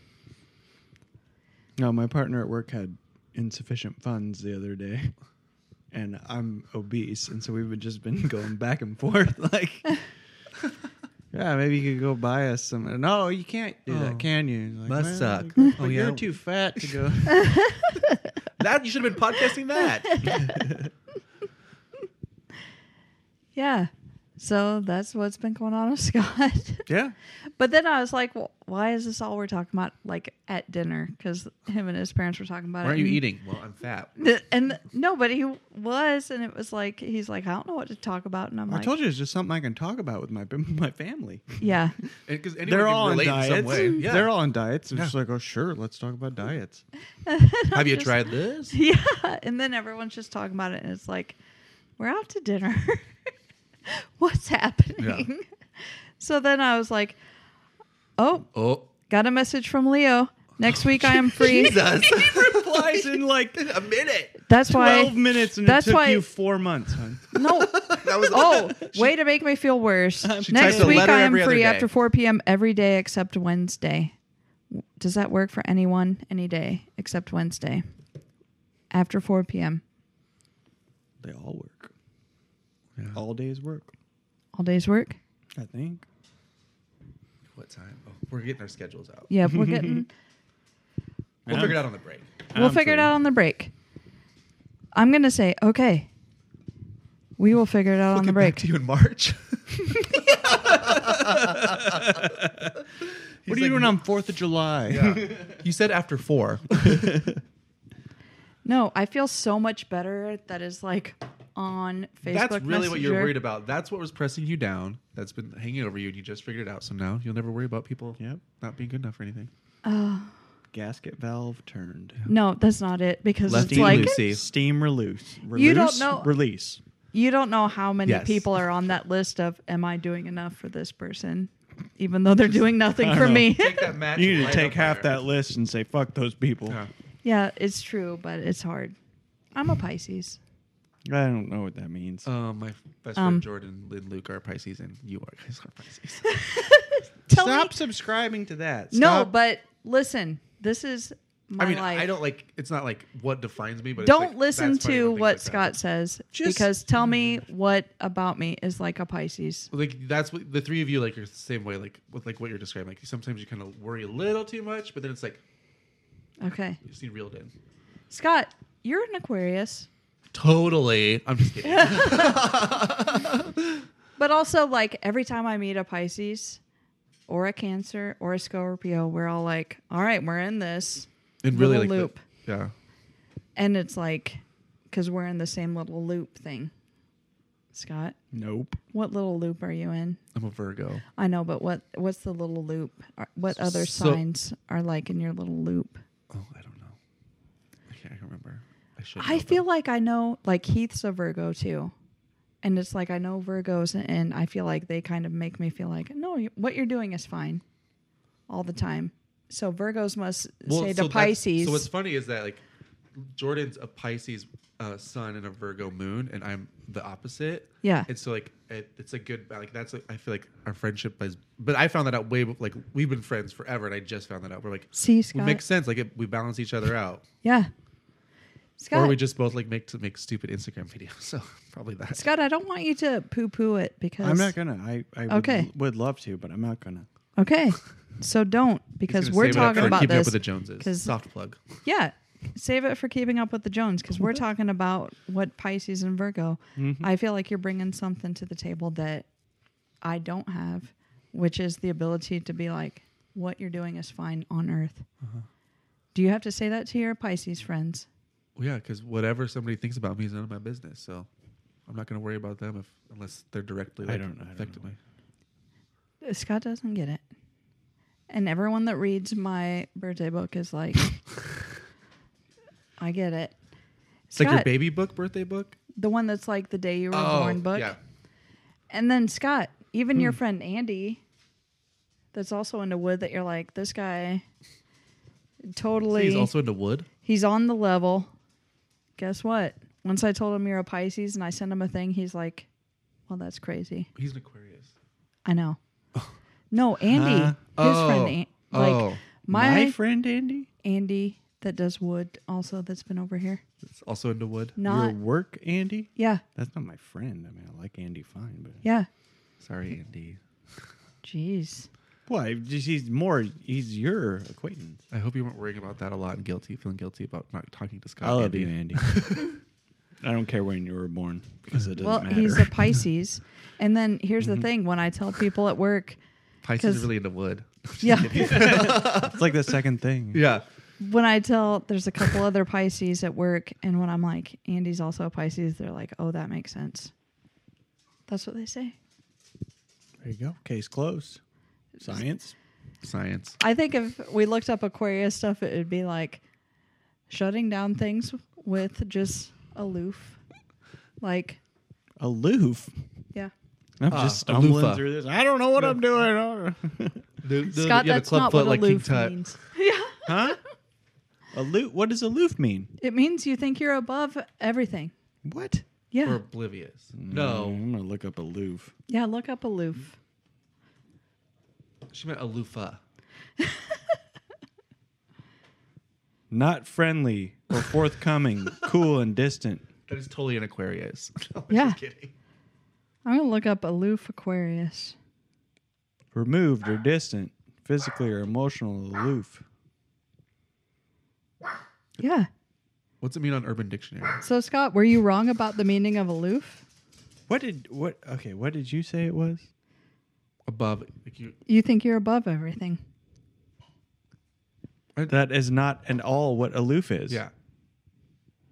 C: No, my partner at work had insufficient funds the other day, and I'm obese, and so we've just been going back and forth. Like, yeah, maybe you could go buy us some. No, you can't do
A: Oh,
C: that, can you? Like,
A: must
C: "Well,
A: suck."
C: like,
A: Oh,
C: You're
A: yeah.
C: too fat to go.
A: that you should have been podcasting that
B: Yeah. So that's what's been going on with Scott.
C: yeah.
B: But then I was like, well, why is this all we're talking about like at dinner? Because him and his parents were talking about
A: why
B: it.
A: aren't you
B: and-
A: eating well i'm fat
B: Th- And no, but he was, and it was like he's like, I don't know what to talk about, and I'm
C: I
B: like,
C: told you it's just something I can talk about with my my family.
B: yeah,
A: because
C: They're all on
A: relate in some
C: diets.
A: way yeah
C: They're all on diets. It's
A: Yeah.
C: just like, oh, sure, let's talk about diets.
A: have you
B: just-
A: tried this
B: yeah. And then everyone's just talking about it, and it's like, we're out to dinner. what's happening? so then I was like, oh,
A: Oh,
B: got a message from Leo. Next week I am free.
A: Jesus!
C: Replies in like
A: a minute.
B: That's why.
C: twelve minutes, and
B: that's
C: it took
B: why-
C: you four months. Hun.
B: No.
A: That was
B: Oh, way to make me feel worse.
A: She
B: Next
A: types a
B: week
A: letter
B: I am
A: every other
B: free
A: day.
B: after 4 p.m. every day except Wednesday. W- Does that work for anyone any day except Wednesday? After 4 p.m.
C: They all work. All days work.
B: All days work?
C: I think.
A: What time? Oh, we're getting our schedules out.
B: Yeah, we're getting
A: We'll figure it out on the break.
B: we'll figure it out on the break. I'm going to say, "Okay. We will figure it out on the
A: get
B: break."
A: back to you in March.
C: What
A: He's
C: are you
A: like,
C: doing on Fourth of July?
A: You said after four.
B: No, I feel so much better that is like on Facebook.
A: That's really what you're
B: Messenger.
A: worried about. That's what was pressing you down. That's been hanging over you, and you just figured it out. So now you'll never worry about people
C: Yep.
A: not being good enough or anything.
C: Gasket valve turned.
B: No, that's not it because
A: Lefty
B: it's like
A: loosey.
C: Steam release. release.
B: You don't know-
C: Release.
B: you don't know how many
A: Yes.
B: people are on that list of am I doing enough for this person even though they're doing nothing for
C: know.
B: me.
A: that match.
C: You need to take half that list and say fuck those people.
A: Yeah.
B: yeah, it's true, but it's hard. I'm a Pisces.
C: I don't know what that means.
A: Um, my best friend
B: Um,
A: Jordan and Luke are Pisces, and you are guys are Pisces.
B: Tell me-
C: Stop subscribing to that.
B: No,
C: Stop-
B: but listen, this is my
A: I mean,
B: life.
A: I don't like. It's not like what defines me, but it's
B: Don't
A: like,
B: listen
A: that's funny
B: to
A: when things
B: what
A: like that
B: Scott
A: happen. Mm.
B: says
C: Just-
B: because tell me what about me is like a Pisces.
A: Like that's what the three of you like are the same way. Like with like what you're describing. Like sometimes you kind of worry a little too much, but then it's like
B: Okay.
A: you just need reeled in.
B: Scott, you're an Aquarius.
A: Totally. I'm just kidding.
B: But also, like every time I meet a Pisces or a Cancer or a Scorpio, we're all like, "All right, we're in this,"
A: and really like
B: Little
A: the-
B: loop.
A: yeah.
B: and it's like because we're in the same little loop thing. Scott,
C: Nope.
B: what little loop are you in?
A: I'm a Virgo.
B: I know, but what what's the little loop? Are- What other
A: So-
B: signs are like in your little loop?
A: Oh, I don't know. I can't I can't remember. I should.
B: I
A: know, but-
B: feel like I know, like Heath's a Virgo too. And it's like I know Virgos, and I feel like they kind of make me feel like, no, you- what you're doing is fine all the time. So Virgos must
A: Well,
B: say
A: so
B: to
A: that's-
B: Pisces,
A: So what's funny is that like Jordan's a Pisces uh, sun and a Virgo moon, and I'm the opposite.
B: Yeah.
A: And so like it, it's a good like that's like, I feel like our friendship is. But I found that out way be- like we've been friends forever, and I just found that out. We're like
B: see,
A: we
B: Scott.
A: make sense. Like it, we balance each other out,
B: yeah.
A: or
B: Scott,
A: we just both like make to make stupid Instagram videos. So probably that.
B: Scott, I don't want you to poo poo it because.
C: I'm not gonna. I, I would,
B: Okay.
C: would love to, but I'm not gonna.
B: Okay. So don't
A: He's
B: because
A: gonna
B: we're
A: save it up
B: talking
A: for
B: about
A: keeping
B: this.
A: up with the Joneses.
B: 'cause-
A: Soft plug.
B: Yeah. Save it for keeping up with the Jones because we're
A: Mm-hmm.
B: talking about what Pisces and Virgo. I feel like you're bringing something to the table that I don't have, which is the ability to be like, what you're doing is fine on earth.
A: Uh-huh.
B: Do you have to say that to your Pisces friends?
A: Well, yeah, because whatever somebody thinks about me is none of my business. So I'm not going to worry about them if unless they're directly
C: I
A: like,
C: don't- I don't
A: affected
C: know.
A: me.
B: Uh, Scott doesn't get it. And everyone that reads my birthday book is like, I get it.
A: It's like your
B: Scott,
A: baby book, birthday book. Oh,
B: the one that's like the day you were born book.
A: yeah.
B: And then Scott, even
A: Hmm.
B: your friend Andy, that's also into wood, that you're like, this guy totally
A: He's also into wood.
B: he's on the level. Guess what? Once I told him you're a Pisces and I sent him a thing, he's like, Well, that's crazy.
A: He's an Aquarius.
B: I know. no, Andy. his friend An- like
A: oh.
B: my,
C: friend Andy.
B: Andy that does wood also that's been over here.
A: It's also into wood.
B: Not
C: Your work, Andy.
B: yeah,
C: That's not my friend. I mean, I like Andy fine, but
B: yeah.
A: Sorry, Andy.
B: Jeez.
C: well, I- just- he's more. He's your acquaintance.
A: I hope you weren't worrying about that a lot and guilty, feeling guilty about not talking to Scott.
C: I love
A: Andy.
C: you, Andy. I don't care when you were born because it doesn't
B: Well,
C: matter.
B: he's a Pisces. and then here's
A: Mm-hmm.
B: the thing when I tell people at work,
A: Pisces
B: 'Cause-
A: is really into wood.
B: yeah.
C: it's like the second thing.
A: yeah.
B: when I tell there's a couple other Pisces at work, and when I'm like, Andy's also a Pisces, they're like, oh, that makes sense. That's what they say.
C: There you go. Case closed. Science.
A: Science.
B: I think if we looked up Aquarius stuff, it would be like shutting down things with just aloof. Like,
C: Aloof.
B: yeah.
C: I'm
A: Ah,
C: just
A: a
C: stumbling
A: loofah.
C: through this. I don't know what I'm doing.
A: The, the,
B: Scott,
A: yeah, the
B: that's
A: club
B: not
A: foot
B: what
A: like
B: a
A: King
B: loof
A: Tut.
B: means.
C: huh? A loof? What does aloof mean?
B: It means you think you're above everything.
C: What?
B: Yeah.
A: We're oblivious. No,
C: I'm gonna look up aloof.
B: yeah, look up aloof.
A: she meant a loofah.
C: Not friendly or forthcoming, cool and distant.
A: That is totally an Aquarius. No, I'm
B: Yeah.
A: just kidding.
B: I'm going to look up aloof Aquarius.
C: Removed or distant, physically or emotional, aloof.
B: Yeah.
A: What's it mean on Urban Dictionary?
B: So, Scott, were you wrong about the meaning of aloof?
C: What did what? Okay, what did you say it was?
A: Above, like you,
B: You think you're above everything.
C: That is not at all what aloof is.
A: yeah.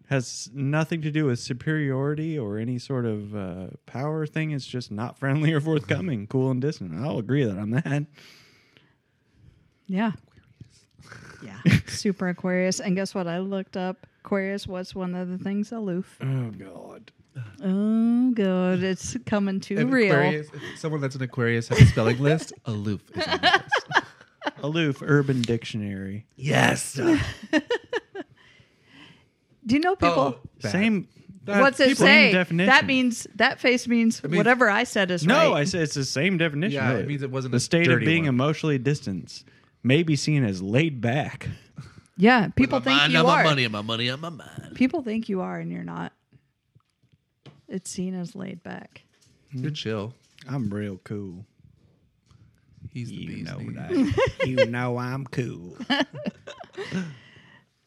C: has nothing to do with superiority or any sort of uh, power thing. It's just not friendly or forthcoming, cool and distant. I'll agree that I'm that.
B: Yeah. Yeah. Super Aquarius. And guess what? I looked up Aquarius was one of the things aloof.
C: Oh God.
B: Oh, good. It's coming too
A: An
B: real.
A: Aquarius, if someone that's an Aquarius has a spelling list. Aloof. Is on the list.
C: Aloof Urban Dictionary.
A: yes.
B: Do you know people?
A: Bad.
C: Same.
B: What's it
C: people-
B: say?
C: Same definition.
B: That means that face means
A: means-
B: whatever I said is right.
C: No, I said it's the same definition.
A: Yeah, it
C: really.
A: means it wasn't
C: the
A: a
C: state of
A: dirty
C: being
A: one.
C: emotionally distant may be seen as laid back.
B: yeah, people think you are.
D: my money on my mind.
B: People think you are, and you're not. It's seen as laid back.
A: You're chill.
C: I'm real cool.
A: He's the beast.
C: that. you know I'm cool.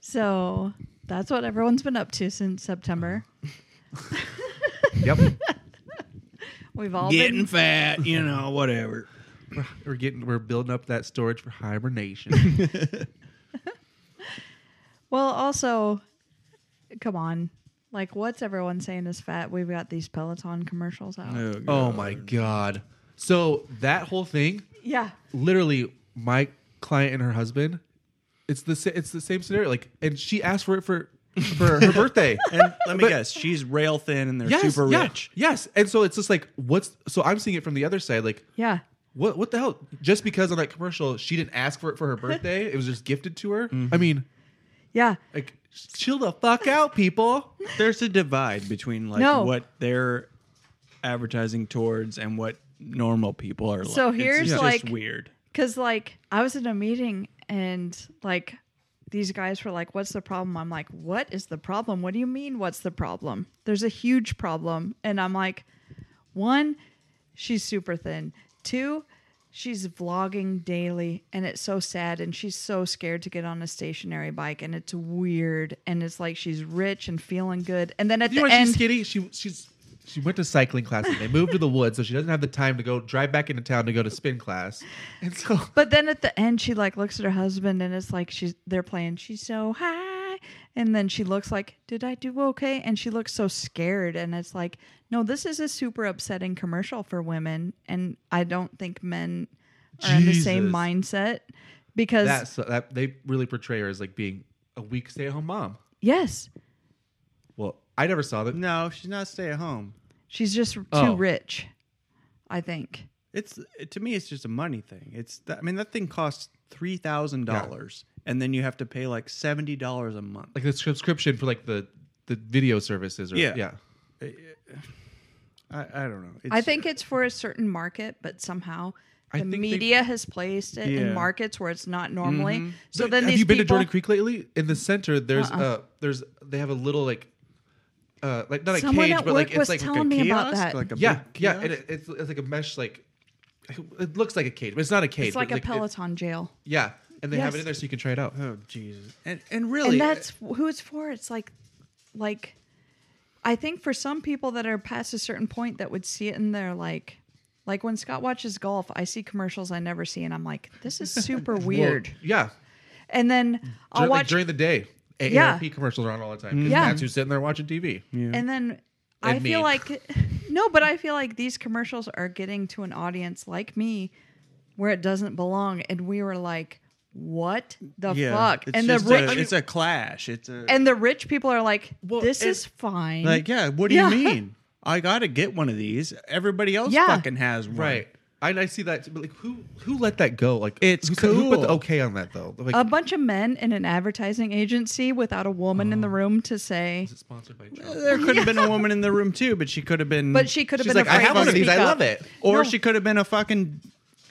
B: So that's what everyone's been up to since September.
A: Yep.
B: We've all
C: Getting
B: been
C: fat, you know,
A: We're-
C: whatever.
A: we're getting we're building up that storage for hibernation.
B: well. Also, come on, like what's everyone saying is fat? We've got these Peloton commercials out.
A: oh my god. So that whole thing
B: Yeah,
A: literally my client and her husband it's the sa- it's the same scenario like and she asked for it for for her birthday
C: And let me
A: But-
C: guess, she's rail thin and they're
A: yes
C: super
A: yeah,
C: rich.
A: yes and so it's just like what's so i'm seeing it from the other side like
B: yeah.
A: what what the hell just because on that commercial she didn't ask for it for her birthday it was just gifted to her
C: Mm-hmm.
A: i mean
B: Yeah.
A: like chill the fuck out people
C: There's a divide between like
B: No.
C: what they're advertising towards and what normal people are like.
B: So here's,
C: it's just
B: like-
C: weird.
B: Cause like I was in a meeting and like these guys were like, "What's the problem?" I'm like, "What is the problem? What do you mean? What's the problem? There's a huge problem." And I'm like, one, she's super thin. Two, she's vlogging daily and it's so sad and she's so scared to get on a stationary bike and it's weird and it's like she's rich and feeling good. And then at
A: you know
B: the
A: why she's
B: end,
A: skinny she she's she went to cycling class and they moved to the woods so she doesn't have the time to go drive back into town to go to spin class and so
B: But then at the end, she like looks at her husband, and it's like she's they're playing. She's so high, and then she looks like, "Did I do okay?" And she looks so scared, and it's like, "No, this is a super upsetting commercial for women, and I don't think men are in the same
A: Jesus.
B: mindset because
A: That's that they really portray her as like being a weak stay-at-home mom.
B: yes,
A: Well, I never saw that.
C: No, she's not stay at home.
B: she's just too
A: Oh.
B: rich, I think."
C: It's to me it's just a money thing. It's that, I mean that thing costs $3,000 and then you have to pay like $70 a month.
A: Like the subscription for like the the video services or
C: Yeah.
A: yeah.
C: I, I don't know. It's,
B: I think it's for a certain market, but somehow
A: I
B: the
A: think they-
B: media has placed it
C: Yeah.
B: in markets where it's not normally. So then
A: Mm-hmm. have
B: these
A: you been to
B: people- Uh-uh.
A: Jordan Creek lately? In the center, there's uh there's they have a little like uh like not a
B: Someone
A: cage,
B: at
A: but
B: work
A: like it's
B: was
A: like
B: telling me about that.
C: Like a
A: yeah
C: big
A: yeah,
C: kiosk?
A: and it, it's it's like a mesh like it looks like a cage, but it's not a cage.
B: It's like
A: but
B: a
A: it-
B: Peloton jail.
A: yeah, and they have it
B: Yes.
A: in there so you can try it out.
C: oh Jesus. And and really uh,
B: And that's who it's for. It's like, like, I think for some people that are past a certain point that would see it and they're like, like when Scott watches golf, I see commercials I never see, and I'm like, this is super weird.
A: Well, yeah,
B: And then I'll
A: Dur- like
B: watch,
A: during the day.
B: Yeah.
A: AARP commercials are on all the time. 'cause
B: Yeah.
A: that's who's sitting there watching TV.
B: and then I
A: And
B: feel
A: me.
B: like, no, but I feel like these commercials are getting to an audience like me, where it doesn't belong, and we were like, what the
C: yeah,
B: fuck?
C: It's
B: And the
C: just
B: rich,
C: a, it's a clash. It's a
B: and the rich people are like,
A: Well,
B: this
A: and-
B: is fine.
C: like yeah, what do
B: Mm-hmm. Yeah.
C: you mean? I gotta get one of these. Everybody else
B: Yeah.
C: fucking has one.
A: Right. And I see that, too, but like, who who let that go? Like,
C: It's
A: who, said- who put the
C: cool.
A: okay on that though? Like,
B: A bunch of men in an advertising agency without a woman in the room to say.
A: is it sponsored by?
C: Uh,
A: Trump?
C: There could have been a woman in the room too, but she could have been.
B: But she could have
A: She's
B: been
A: like, I
B: afraid
A: have
B: to
A: one of these.
B: speak
A: I
B: up.
A: love it.
B: No.
C: Or she could have been a fucking.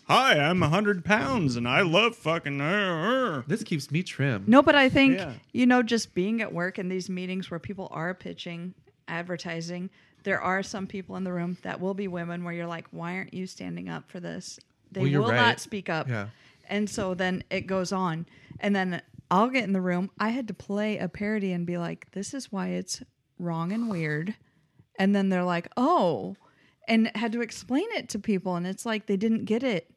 C: Hi, I'm a hundred pounds and I love fucking. uh, uh."
A: This keeps me trim.
B: No, but I think
C: Yeah.
B: you know, just being at work in these meetings where people are pitching advertising, there are some people in the room that will be women where you're like, why aren't you standing up for this? They
A: Well, you're
B: will
A: right.
B: not speak up.
A: Yeah.
B: And so then it goes on, and then I'll get in the room. I had to play a parody and be like, this is why it's wrong and weird. And then they're like, oh, and had to explain it to people, and it's like they didn't get it.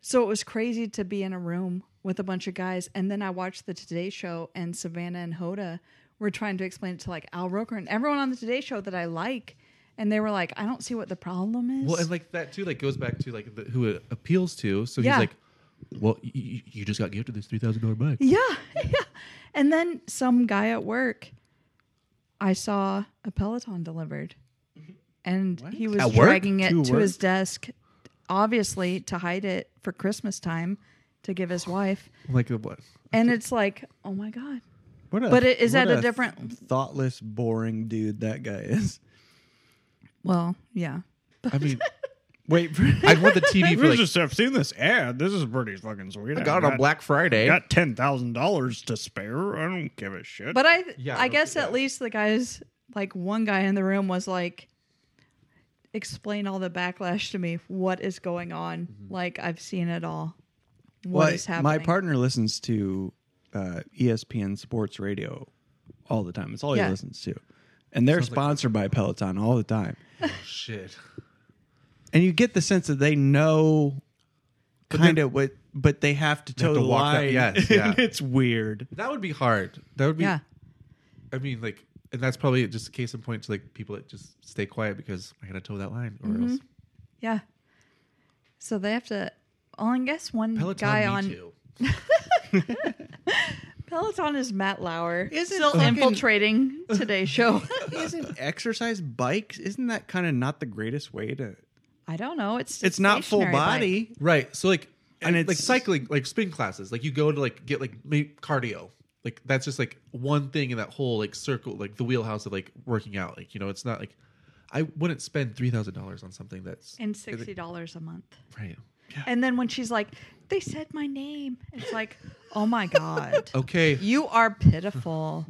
B: So it was crazy to be in a room with a bunch of guys. And then I watched the Today Show, and Savannah and Hoda were trying to explain it to like Al Roker and everyone on the Today Show that I like. And they were like, I don't see what the problem is.
A: Well, and like that too, like goes back to like the, who it appeals to. So
B: Yeah.
A: he's like, well, y- y- you just got gifted this three thousand dollar bike.
B: yeah, yeah. And then some guy at work, I saw a Peloton delivered, and he was
A: Mm-hmm. At work?
B: dragging it
C: To
B: to,
C: work?
B: his desk, obviously to hide it for Christmas time to give his wife.
A: Like uh, what?
B: And it's like, oh my God.
C: What a,
B: But it- is
C: what
B: that a different-
C: thoughtless, boring dude that guy is?
B: Well, yeah.
A: I mean,
C: Wait, for,
A: I want the TV for like.
E: I've seen this ad. This is pretty fucking sweet. I
A: Black Friday.
E: got ten thousand dollars to spare. I don't give a shit.
B: But I,
A: Yeah,
B: I
A: I
B: guess at least the guys, like one guy in the room was like, explain all the backlash to me. What is going on?
A: Mm-hmm.
B: Like I've seen it all. What is
C: Well,
B: happening?
C: My partner listens to uh, ESPN Sports Radio all the time. It's all
B: Yeah.
C: he listens to, and they're
A: Sounds like-
C: sponsored by Peloton all the time.
A: Shit.
C: And you get the sense that they know kind of what, but they have to toe
A: have to
C: the
A: walk that-
C: line.
A: yes, yeah.
C: it's weird.
A: That would be hard. That would be.
B: Yeah.
A: I mean, like, and that's probably just a case in point to like people that just stay quiet because I gotta toe that line, or
B: Mm-hmm.
A: else
B: Yeah. So they have to. Well, I guess one
A: Peloton
B: guy
A: me
B: on
A: too.
B: Peloton is Matt Lauer,
C: Isn't
B: still
C: fucking-
B: infiltrating today's show.
C: Isn't exercise bikes? Isn't that kind of not the greatest way to?
B: I don't know. It's
C: It's not full
B: stationary bike.
C: body.
A: Right. So like,
C: And
A: and
C: it's-
A: it's like cycling, like spin classes. Like you go to like get like maybe cardio. Like that's just like one thing in that whole like circle, like the wheelhouse of like working out. Like you know, it's not like I wouldn't spend three thousand dollars on something that's
B: and sixty dollars a month.
A: right.
B: And then when she's like, they said my name, it's like, oh my God.
A: Okay.
B: You are pitiful.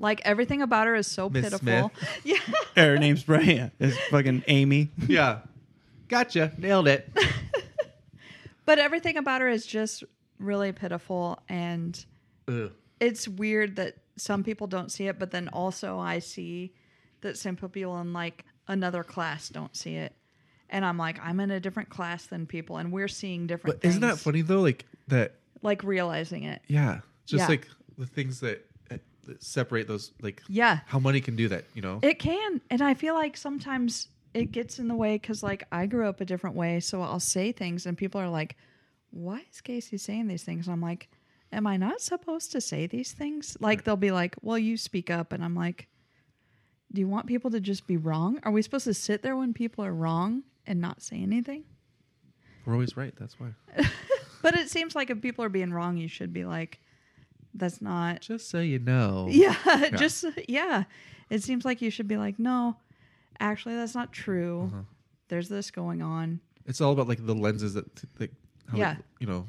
B: Like everything about her is so
A: Miss
B: pitiful. Yeah.
C: Her name's Brian. It's fucking Amy.
A: yeah. Gotcha. Nailed it.
B: But everything about her is just really pitiful and
A: Ugh.
B: it's weird that some people don't see it, but then also I see that some people in like another class don't see it. And I'm like, I'm in a different class than people and we're seeing different
A: But isn't that
B: things.
A: funny though? Like that.
B: Like realizing it.
A: Yeah. Just
B: Yeah.
A: like the things that, eh, that separate those. Like
B: Yeah.
A: How money can do that? You know.
B: It can. And I feel like sometimes it gets in the way because, like, I grew up a different way. So I'll say things, and people are like, why is Casey saying these things? And I'm like, am I not supposed to say these things? Like, they'll be like, well, you speak up. And I'm like, do you want people to just be wrong? Are we supposed to sit there when people are wrong and not say anything?
A: We're always right. That's why.
B: Uh, But it seems like if people are being wrong, you should be like, that's not
A: Just so you know.
B: Yeah, just yeah. It seems like you should be like, no, actually, that's not true.
A: Uh-huh.
B: There's this going on.
A: it's all about like the lenses that like how,
B: Yeah.
A: like, you know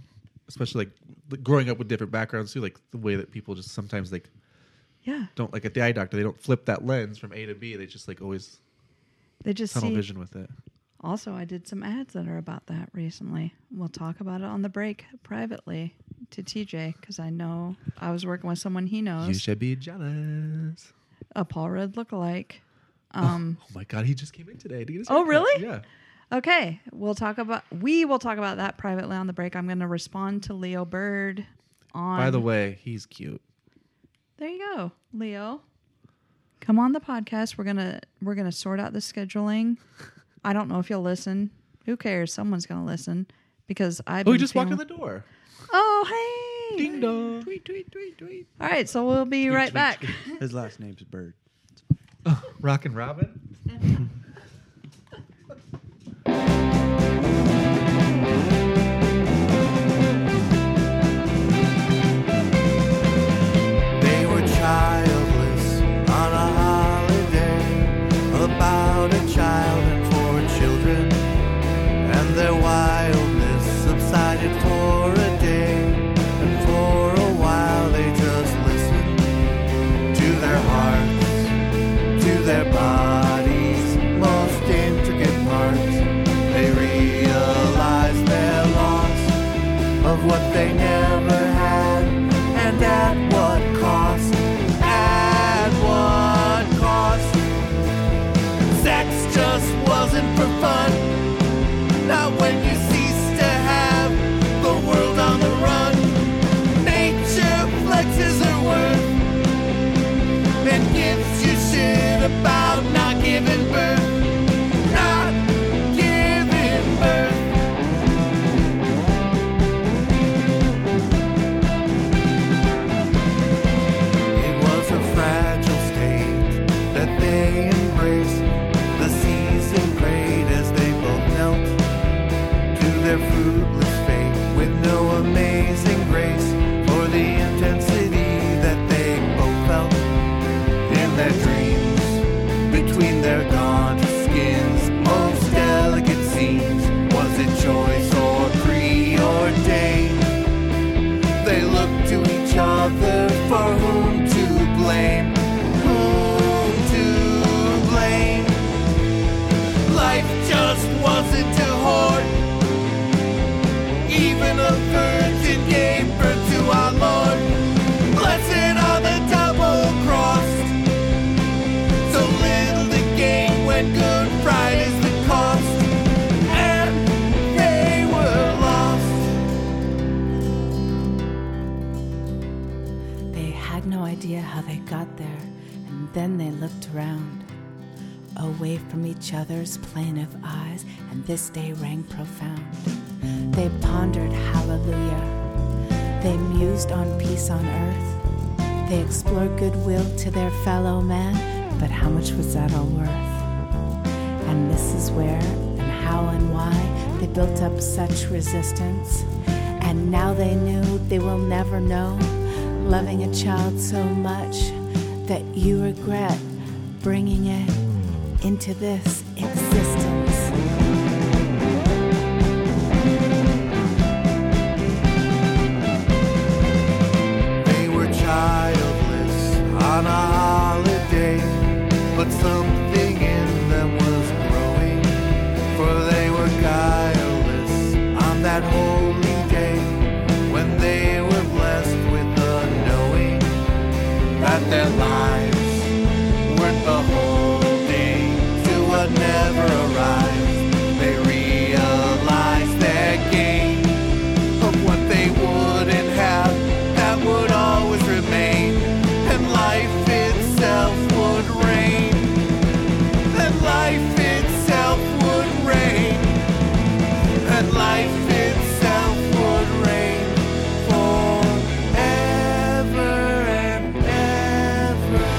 A: especially like the- growing up with different backgrounds too like the way that people just sometimes like
B: Yeah,
A: don't like at the eye doctor they don't flip that lens from a to b they just like always
B: they just
A: tunnel
B: see.
A: vision with it
B: Also, I did some ads that are about that recently. We'll talk about it on the break privately to TJ because I know I was working with someone he
A: you
B: knows,
A: should be jealous
B: a Paul Rudd lookalike. Um,
A: oh my god he just came in today to get his
B: Oh,
A: haircut.
B: really?
A: yeah
B: okay, we'll talk about we will talk about that privately on the break. I'm going to respond to Leo Bird on.
A: by the way he's cute
B: There you go, Leo. Come on the podcast. We're gonna we're gonna sort out the scheduling. I don't know if you'll listen. Who cares? Someone's gonna listen because I've.
A: oh he
B: been
A: just walked in
B: feeling-
A: the door
B: Oh hey!
A: ding dong
C: Tweet, tweet, tweet, tweet.
B: All right, so we'll be right back.
C: His last name's Bird.
A: rockin' robin
F: thousand for fun. Not when you cease to have the world on the run. Nature flexes her worth and gives you shit about not giving birth. Not giving birth. It was a fragile state that they embraced. The season prayed as they both knelt to their fruitless fate with no amazing grace for the intensity that they both felt in their dreams. Between their gaunt skins, most delicate scenes. Was it choice or preordained? They look to each other for whom to blame. Whom to blame? Life just wasn't to hoard. Even a virgin gave birth to our Lord. Blessed are the double crossed. So little to gain when Good Friday's the cost. And they were lost.
G: They had no idea how they got there, and then they looked around. Away from each other's plaintive eyes, and this day rang profound. They pondered hallelujah. They mused on peace on earth. They explored goodwill to their fellow man, but how much was that all worth? And this is where and how and why they built up such resistance. And now they knew they will never know loving a child so much that you regret bringing it into this existence.
F: They were childless on a holiday, but something in them was growing. For they were guileless on that holy day when they were blessed with the knowing that their lives were beholding to what never arrives. They realized their gain of what they wouldn't have that would always remain and life itself would reign and life itself would reign and life itself would reign forever and ever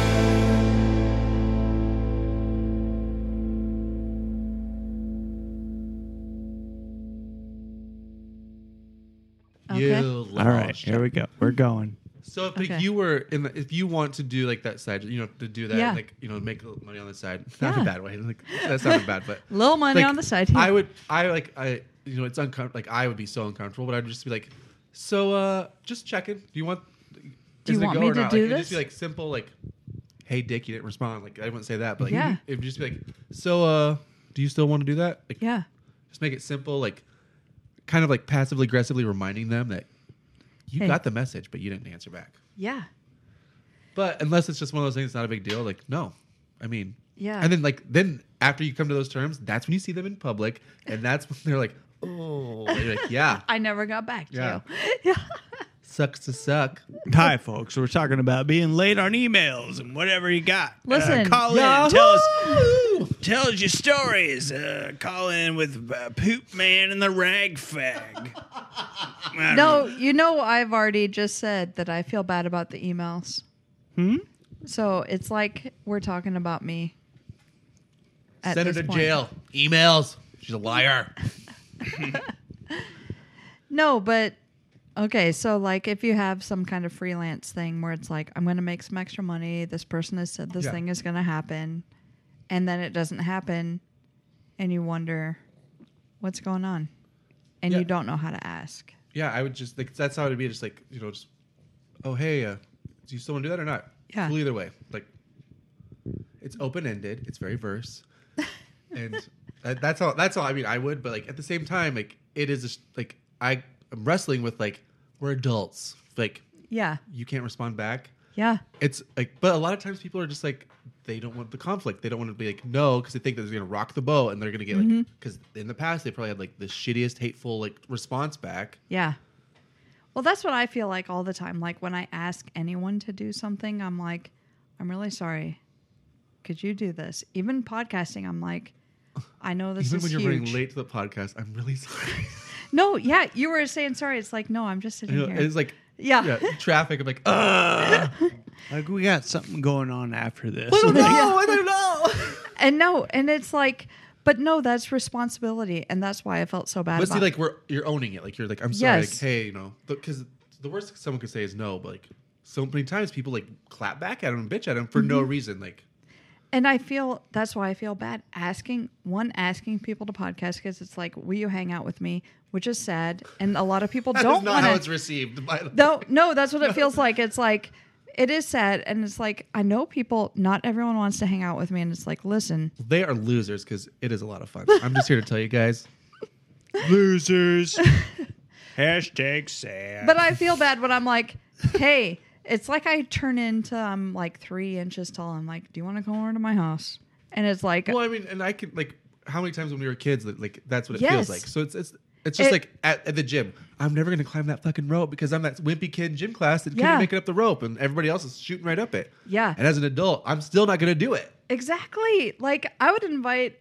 B: Okay.
A: You
C: All right,
A: lost.
C: here we go. We're going.
A: So if like,
B: Okay.
A: you were in, the, if you want to do like that side, you know, to do that,
B: Yeah.
A: like you know, make a little money on the side. Not in
B: Yeah.
A: a bad way. Like that's not bad, but
B: Little money
A: like,
B: on the side.
A: I would, I like, I you know, it's uncomfortable. Like I would be so uncomfortable, but I'd just be like, so uh just checking. Do you want?
B: Do you
A: is it a
B: want
A: go
B: me
A: or
B: to
A: not?
B: do
A: like, It'd just be
B: this?
A: like simple, like, hey Dick, you didn't respond. Like I wouldn't say that, but like
B: Yeah.
A: it would just be like, so uh, do you still want to do that? Like
B: yeah.
A: just make it simple, like kind of like passively aggressively reminding them that you
B: Hey.
A: got the message, but you didn't answer back.
B: Yeah.
A: But unless it's just one of those things, it's not a big deal. Like, no, I mean,
B: Yeah.
A: And then like then after you come to those terms, that's when you see them in public, and that's when they're like, oh, and you're like, yeah,
B: I never got back to
A: Yeah.
B: you. Yeah.
A: sucks to suck.
C: Hi, folks. We're talking about being late on emails and whatever you got.
B: Listen,
C: uh, call
B: Yahoo!
C: in. Tell us, tell us your stories. Uh, call in with uh, Poop Man and the Rag Fag. I
B: No,
C: don't-
B: you know I've already just said that I feel bad about the emails. Hmm? So it's like we're talking about me. at
A: Send her
B: this
A: to
B: point.
A: jail. Emails. She's a liar.
B: No, but okay, so like if you have some kind of freelance thing where it's like I'm going to make some extra money, this person has said this
A: Yeah.
B: thing is going to happen, and then it doesn't happen and you wonder what's going on. And
A: Yeah.
B: you don't know how to ask.
A: yeah, I would just like that's how it'd be. Just like you know, just oh hey, uh, do you still want to do that or not?
B: Yeah.
A: Cool either way. Like it's open ended. It's very verse, and that, that's all. That's all. I mean, I would, but like at the same time, like it is just, like I am wrestling with like we're adults. Like
B: Yeah.
A: you can't respond back.
B: Yeah.
A: It's like, but a lot of times people are just like they don't want the conflict. They don't want to be like no because they think that it's gonna rock the boat and they're gonna get like because in the past they probably had like the shittiest hateful like response back.
B: Yeah. Well, that's what I feel like all the time. Like when I ask anyone to do something, I'm like, I'm really sorry. Could you do this? Even podcasting, I'm like, I know this
A: Even
B: is
A: when you're
B: huge.
A: running late to the podcast, I'm really sorry.
B: No, yeah, you were saying sorry. It's like, no, I'm just sitting
A: You know,
B: here.
A: and it's like
B: yeah.
A: yeah, traffic. I'm like, Ugh!
C: Like we got something going on after this.
B: Yeah.
A: I don't know.
B: and no, and it's like, but no, that's responsibility, and that's why I felt so bad.
A: But see,
B: about
A: like we're you're owning it. Like you're like I'm sorry.
B: Yes.
A: Like, hey, you know, because the worst someone could say is no. But like so many times, people like clap back at him and bitch at him for no
B: Mm-hmm.
A: reason. Like
B: And I feel that's why I feel bad asking one asking people to podcast because it's like, will you hang out with me? Which is sad, and a lot of people
A: that's
B: don't
A: not
B: want
A: how
B: to.
A: it's received. By the
B: No, no, that's what it feels like. It's like it is sad, and it's like I know people. Not everyone wants to hang out with me, and it's like, listen,
A: they are losers because it is a lot of fun. I'm just here to tell you guys.
E: Losers. Hashtag sad.
B: but I feel bad when I'm like, hey, it's like I turn into I'm like three inches tall. I'm like, do you want to come over to my house? And it's like,
A: Well, I mean, and I can like how many times when we were kids, that like that's what it
B: Yes.
A: feels like. So it's it's. It's just
B: It-
A: like at, at the gym. I'm never gonna climb that fucking rope because I'm that wimpy kid in gym class that
B: Yeah.
A: couldn't make it up the rope, and everybody else is shooting right up it.
B: Yeah.
A: And as an adult, I'm still not gonna do it.
B: exactly. Like I would invite.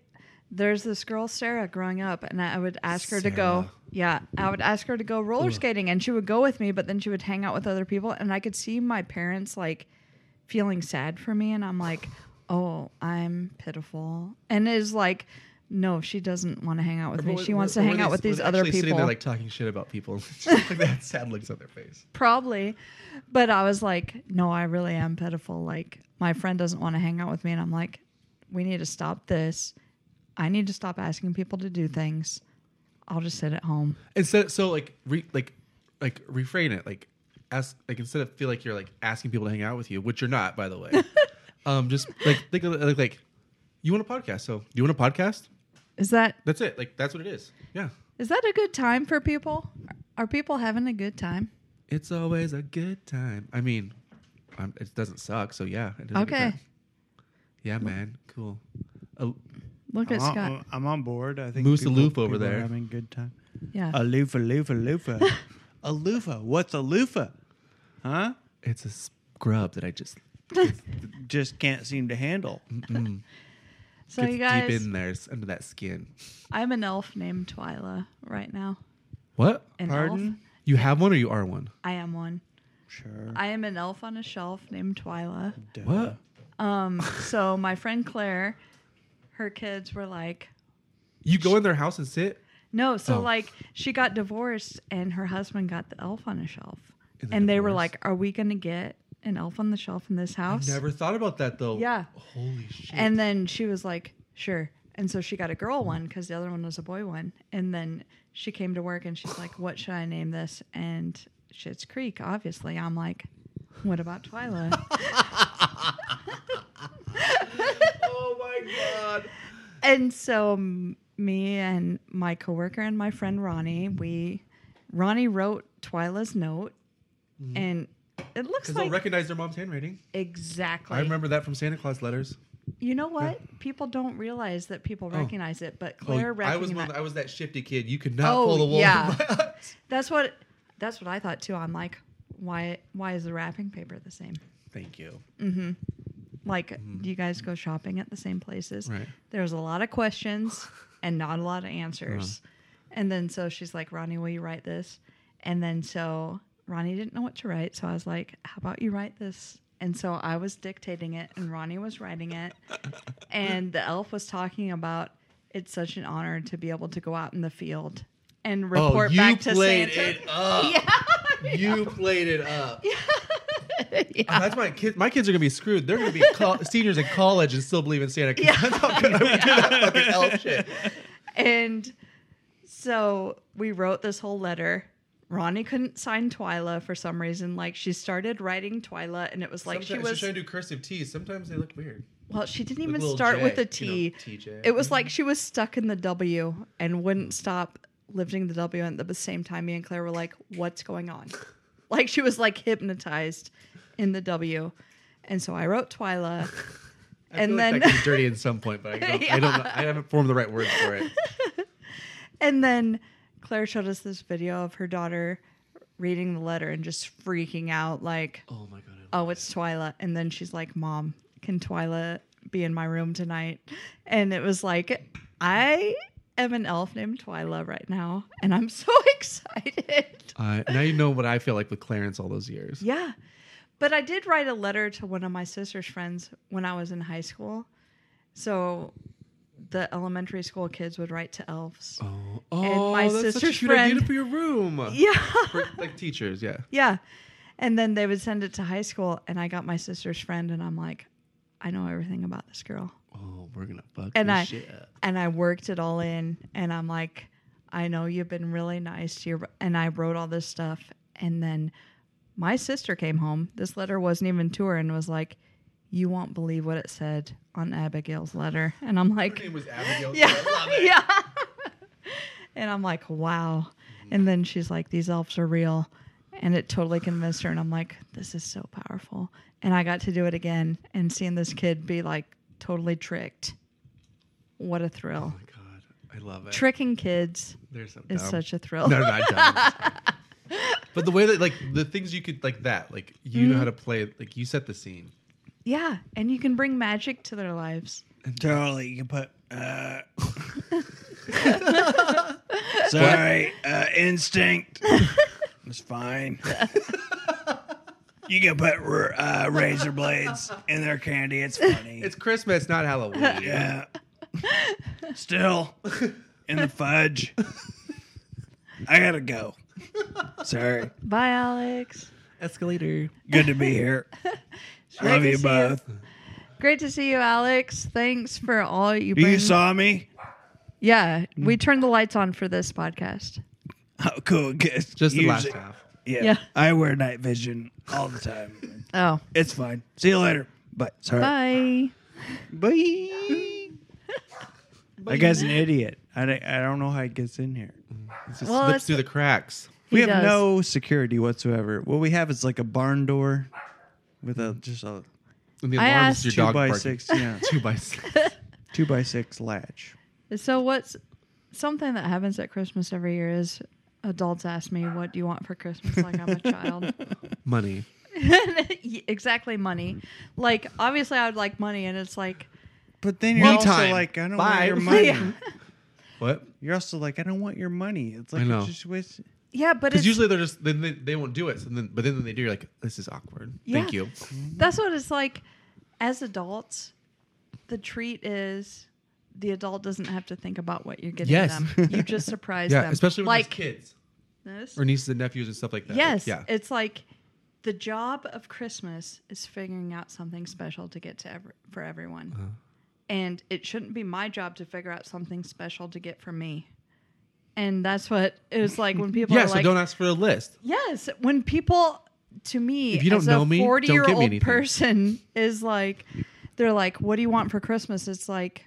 B: There's this girl Sarah growing up, and I would ask her to go.
A: Sarah.
B: Yeah, I would ask her to go roller skating, and she would go with me. But then she would hang out with other people, and I could see my parents like feeling sad for me, and I'm like, oh, I'm pitiful, and is like. No, she doesn't want to hang out with me.
A: But
B: She
A: were-
B: wants
A: were
B: to hang
A: they-
B: out with
A: were
B: these
A: they
B: other
A: actually
B: people.
A: Sitting there like talking shit about people, like that sad looks on their face.
B: probably but i was like no i really am pitiful like my friend doesn't want to hang out with me and i'm like we need to stop this i need to stop asking people to do things i'll just sit at home
A: Instead, so like re, like like refrain it like ask like instead of feel like you're like asking people to hang out with you, which you're not by the way. um, just like think of it like, like you want a podcast, so you want a podcast.
B: is that
A: That's it. Like that's what it is. Yeah,
B: is that a good time for people are people having a good time
A: it's always a good time. I mean, i it doesn't suck, so yeah. It is a good
B: okay
A: time. Yeah, man. Cool. Uh,
B: look at
C: I'm,
B: scott
C: on, I'm on board. I think
A: Moose
C: people-
A: aloof over
C: people are
A: there.
C: having a good time.
A: Uh,
B: yeah
C: A loofah, loofah, loofah. a loofah. What's a loofah? Huh?
A: it's a scrub that I just
C: Just can't seem to handle.
B: so you
A: gets
B: guys
A: deep in there s- under that skin.
B: i'm an elf named twyla right now
A: What?
B: an elf
C: Pardon?
A: You have one or you are one?
B: i am one
C: Sure.
B: i am an elf on a shelf named twyla
C: Duh.
A: What?
B: so my friend claire her kids were like
A: You go in their house and sit?
B: No, so
A: Oh.
B: like she got divorced and her husband got the elf on a shelf.
A: And
B: And,
A: the
B: they were
A: divorce?
B: like, Are we gonna get an elf on the shelf in this house?
A: Never thought about that though.
B: Yeah.
A: Holy shit.
B: And then she was like, Sure. And so she got a girl one because the other one was a boy one. And then she came to work and she's like, What should I name this? And Shit's Creek, obviously. I'm like, What about Twyla?
A: oh my god.
B: and so m- me and my coworker and my friend Ronnie, we Ronnie wrote Twyla's note,
A: Mm-hmm.
B: and it looks
A: Because they'll
B: like
A: recognize their mom's handwriting.
B: exactly.
A: I remember that from Santa Claus letters.
B: You know what? People don't realize that people recognize it, but Claire
A: oh, I was
B: recognized.
A: one of the- I was that shifty kid. You could not
B: Oh,
A: pull the wool
B: yeah.
A: yeah. my eyes.
B: that's what that's what I thought too. I'm like, why why is the wrapping paper the same?
A: Thank you.
B: Like, do you guys go shopping at the same places?
A: Mm-hmm. Right.
B: There's a lot of questions and not a lot of answers.
A: Uh-huh.
B: And then so she's like, Ronnie, will you write this? And then so Ronnie didn't know what to write. So I was like, how about you write this? And so I was dictating it and Ronnie was writing it. and the elf was talking about it's such an honor to be able to go out in the field and report
A: oh, you
B: back to
A: played
B: Santa.
A: it up. You played it up. Oh, that's my kids. My kids are gonna be screwed. They're gonna be co- seniors in college and still believe in Santa. Claus. That's how good I would do that fucking elf shit.
B: And so we wrote this whole letter. Ronnie couldn't sign Twyla for some reason. Like she started writing Twyla, and it was like
A: Sometimes
B: she was.
A: she's trying to do cursive T's. Sometimes they look weird.
B: well, she didn't
A: Like
B: even
A: little
B: start
A: J,
B: with
A: you
B: a
A: know, Mm-hmm.
B: T.
A: TJ.
B: It was like she was stuck in the W and wouldn't stop lifting the W. And at the same time, me and Claire were like, "What's going on?" like she was like hypnotized in the W. And so I wrote Twyla,
A: I feel
B: and
A: like
B: then
A: that gets dirty at some point, but I don't, I don't know. I haven't formed the right words for it.
B: and then Claire showed us this video of her daughter reading the letter and just freaking out like
A: Oh my god.
B: oh, it's Twyla. And then she's like, Mom, can Twyla be in my room tonight? And it was like, I am an elf named Twyla right now, and I'm so excited.
A: Uh, now you know what I feel like with Clarence all those years.
B: Yeah. But I did write a letter to one of my sister's friends when I was in high school. So the elementary school kids would write to elves.
A: Oh,
B: And my
A: that's such a
B: sister's
A: cute idea
B: friend-
A: for your room.
B: Yeah.
A: For, like teachers, yeah.
B: Yeah. And then they would send it to high school, and I got my sister's friend, and I'm like, I know everything about this girl.
A: Oh, we're gonna fuck
B: and
A: this
B: I
A: shit up.
B: and I worked it all in, and I'm like, I know you've been really nice to your, and I wrote all this stuff, and then my sister came home. This letter wasn't even to her, and was like, "You won't believe what it said on Abigail's letter," and I'm like,
A: Her name was Abigail.
B: yeah, yeah. and I'm like, wow. And then she's like, these elves are real. And it totally convinced her. And I'm like, this is so powerful. And I got to do it again and seeing this kid be like totally tricked. What a thrill.
A: Oh my god, I love it.
B: Tricking kids
A: They're so dumb.
B: is such a thrill.
A: No, no, not dumb. but the way that like the things you could like that like you
B: Mm-hmm.
A: know how to play like you set the scene.
B: Yeah. And you can bring magic to their lives.
E: Totally, you can put. Uh, sorry, uh, instinct. It's fine. you can put r- uh, razor blades in their candy. It's funny.
A: It's Christmas, not Halloween.
E: yeah. Still in the fudge. I gotta go. Sorry.
B: Bye, Alex.
A: Escalator.
E: Good to be here.
B: Great
E: Love
B: to
E: you
B: see
E: both.
B: Great to see you, Alex. Thanks for all you bring.
E: You saw me?
B: yeah. We turned the lights on for this podcast.
E: Oh, cool. Good.
A: Just the last
E: Usually-
A: half.
E: Yeah.
B: Yeah.
E: I wear night vision all the time.
B: Oh,
E: It's fine. See you later. Bye. Sorry.
B: bye.
E: Bye.
C: That guy's an idiot. I don't, I don't know how he gets in here.
A: It just
B: Well,
A: slips
B: it's-
A: through the cracks.
C: we
B: He
C: have
B: does.
C: no security whatsoever. What we have is like a barn door with a just a
A: And the
B: I
A: alarm's
B: asked
C: two
A: your dog
C: by
A: barking.
C: six, yeah,
A: Two by six.
C: two by six latch.
B: So what's something that happens at Christmas every year is adults ask me, "What do you want for Christmas?" Like I'm a child.
A: Money.
B: Y- exactly, money. Like obviously, I would like money, and it's like,
C: But then you're
A: Me
C: also
A: time.
C: like, I don't
A: Bye.
C: want your money.
B: Yeah.
A: What?
C: You're also like, I don't want your money. It's like
A: I know.
C: it's just waste.
B: yeah, but it's
A: Because usually they're just then they, they won't do it. So then, but then when they do, you're like, this is awkward. Thank
B: Yeah.
A: you.
B: that's what it's like. As adults, the treat is the adult doesn't have to think about what you're getting
A: Yes.
B: them. You just surprise
A: Yeah,
B: them,
A: especially with
B: like
A: kids
B: this.
A: or nieces and nephews and stuff like that.
B: Yes,
A: Like, yeah.
B: it's like the job of Christmas is figuring out something special to get to ever for everyone,
A: Uh-huh.
B: and it shouldn't be my job to figure out something special to get for me. And that's what it was like when people
A: yeah.
B: are
A: So
B: like,
A: don't ask for a list.
B: yes, when people to me,
A: If you don't
B: as
A: know
B: a
A: me, don't give me
B: forty-year-old
A: anything.
B: person is like, they're like, what do you want for Christmas? It's like,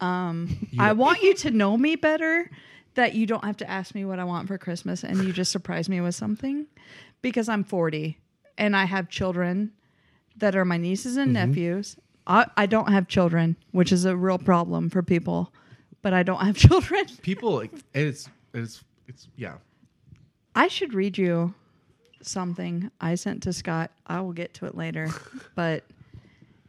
B: um, I want you to know me better. That you don't have to ask me what I want for Christmas, and you just surprise me with something, because I'm 40 and I have children that are my nieces and
A: Mm-hmm.
B: nephews. I, I don't have children, which is a real problem for people, but I don't have children.
A: People like and it's it's it's yeah.
B: I should read you something I sent to Scott. I will get to it later, but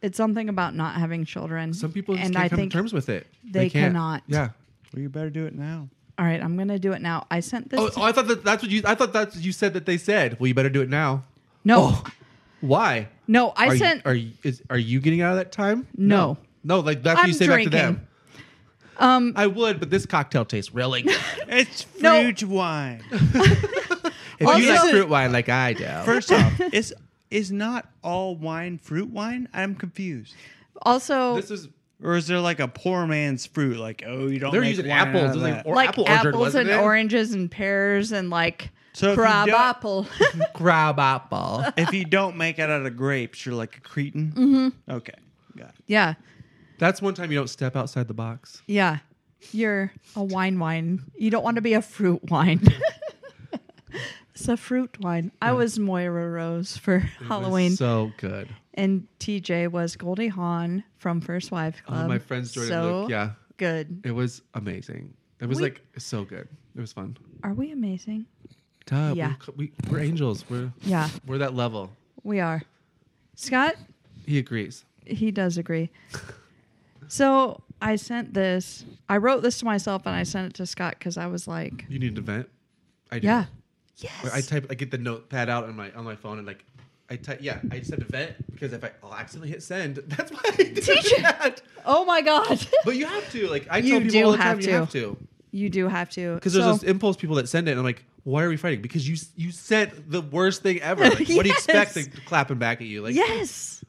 B: it's something about not having children.
A: Some people just
B: and
A: can't
B: I
A: come
B: think
A: to terms with it.
B: they
A: can't.
B: cannot.
A: Yeah.
C: Well, you better do it now.
B: All right, I'm gonna do it now. I sent this.
A: Oh,
B: to-
A: oh, I thought that that's what you. I thought that's what you said that they said. Well, you better do it now.
B: no,
A: Why?
B: no, I
A: oh. are
B: sent.
A: You, are you is, are you getting out of that time?
B: No.
A: No, like that's what you
B: I'm
A: say back to
B: drinking.
A: them. Um, I would, but this cocktail tastes really good.
C: It's
B: No.
C: fruit wine.
A: if
B: Also-
A: you like fruit wine like I do,
C: First off, is is not all wine fruit wine? I'm confused.
B: also,
A: this is
C: Or is there like a poor man's fruit? Like, oh, you don't.
A: they're
C: make
A: using
C: wine out of
A: apples. It's
C: that.
A: Like, or
B: like
A: apple orchard,
B: apples
A: wasn't
B: and
A: it?
B: oranges and pears and like
C: So if you
B: crab
C: don't-
B: apple.
A: crab apple.
C: if you don't make it out of grapes, you're like a cretin. Mm-hmm. Okay, got it.
B: yeah,
A: That's one time you don't step outside the box.
B: yeah. You're a wine wine. You don't want to be a fruit wine. It's a fruit wine. I was Moira Rose for Halloween,
A: So good.
B: and TJ was Goldie Hawn from First Wife
A: Oh,
B: Club.
A: my friends Jordan
B: Um, so
A: Luke. Yeah.
B: good.
A: It was amazing. It was
B: We-
A: like so good. It was fun.
B: Are we amazing?
A: Duh,
B: Yeah.
A: we, we, we're angels. We're
B: Yeah,
A: we're that level.
B: we are. Scott,
A: He agrees.
B: he does agree. So I sent this. I wrote this to myself and I sent it to Scott because I was like,
A: You need an event. I do.
B: yeah,
A: I type. I get the notepad out on my on my phone and like. I type, yeah, I just said event because if I, I'll accidentally hit send, that's why I did
B: Teacher.
A: that.
B: oh my God.
A: But you have to, like, I tell
B: You
A: people
B: do
A: all the time,
B: have
A: you
B: to.
A: have to.
B: you do have to.
A: Because
B: So-
A: there's those impulse people that send it, and I'm like, why are we fighting? Because you you sent the worst thing ever. Like, What do you expect?
B: Yes.
A: Like, clapping back at you, like,
B: Yes.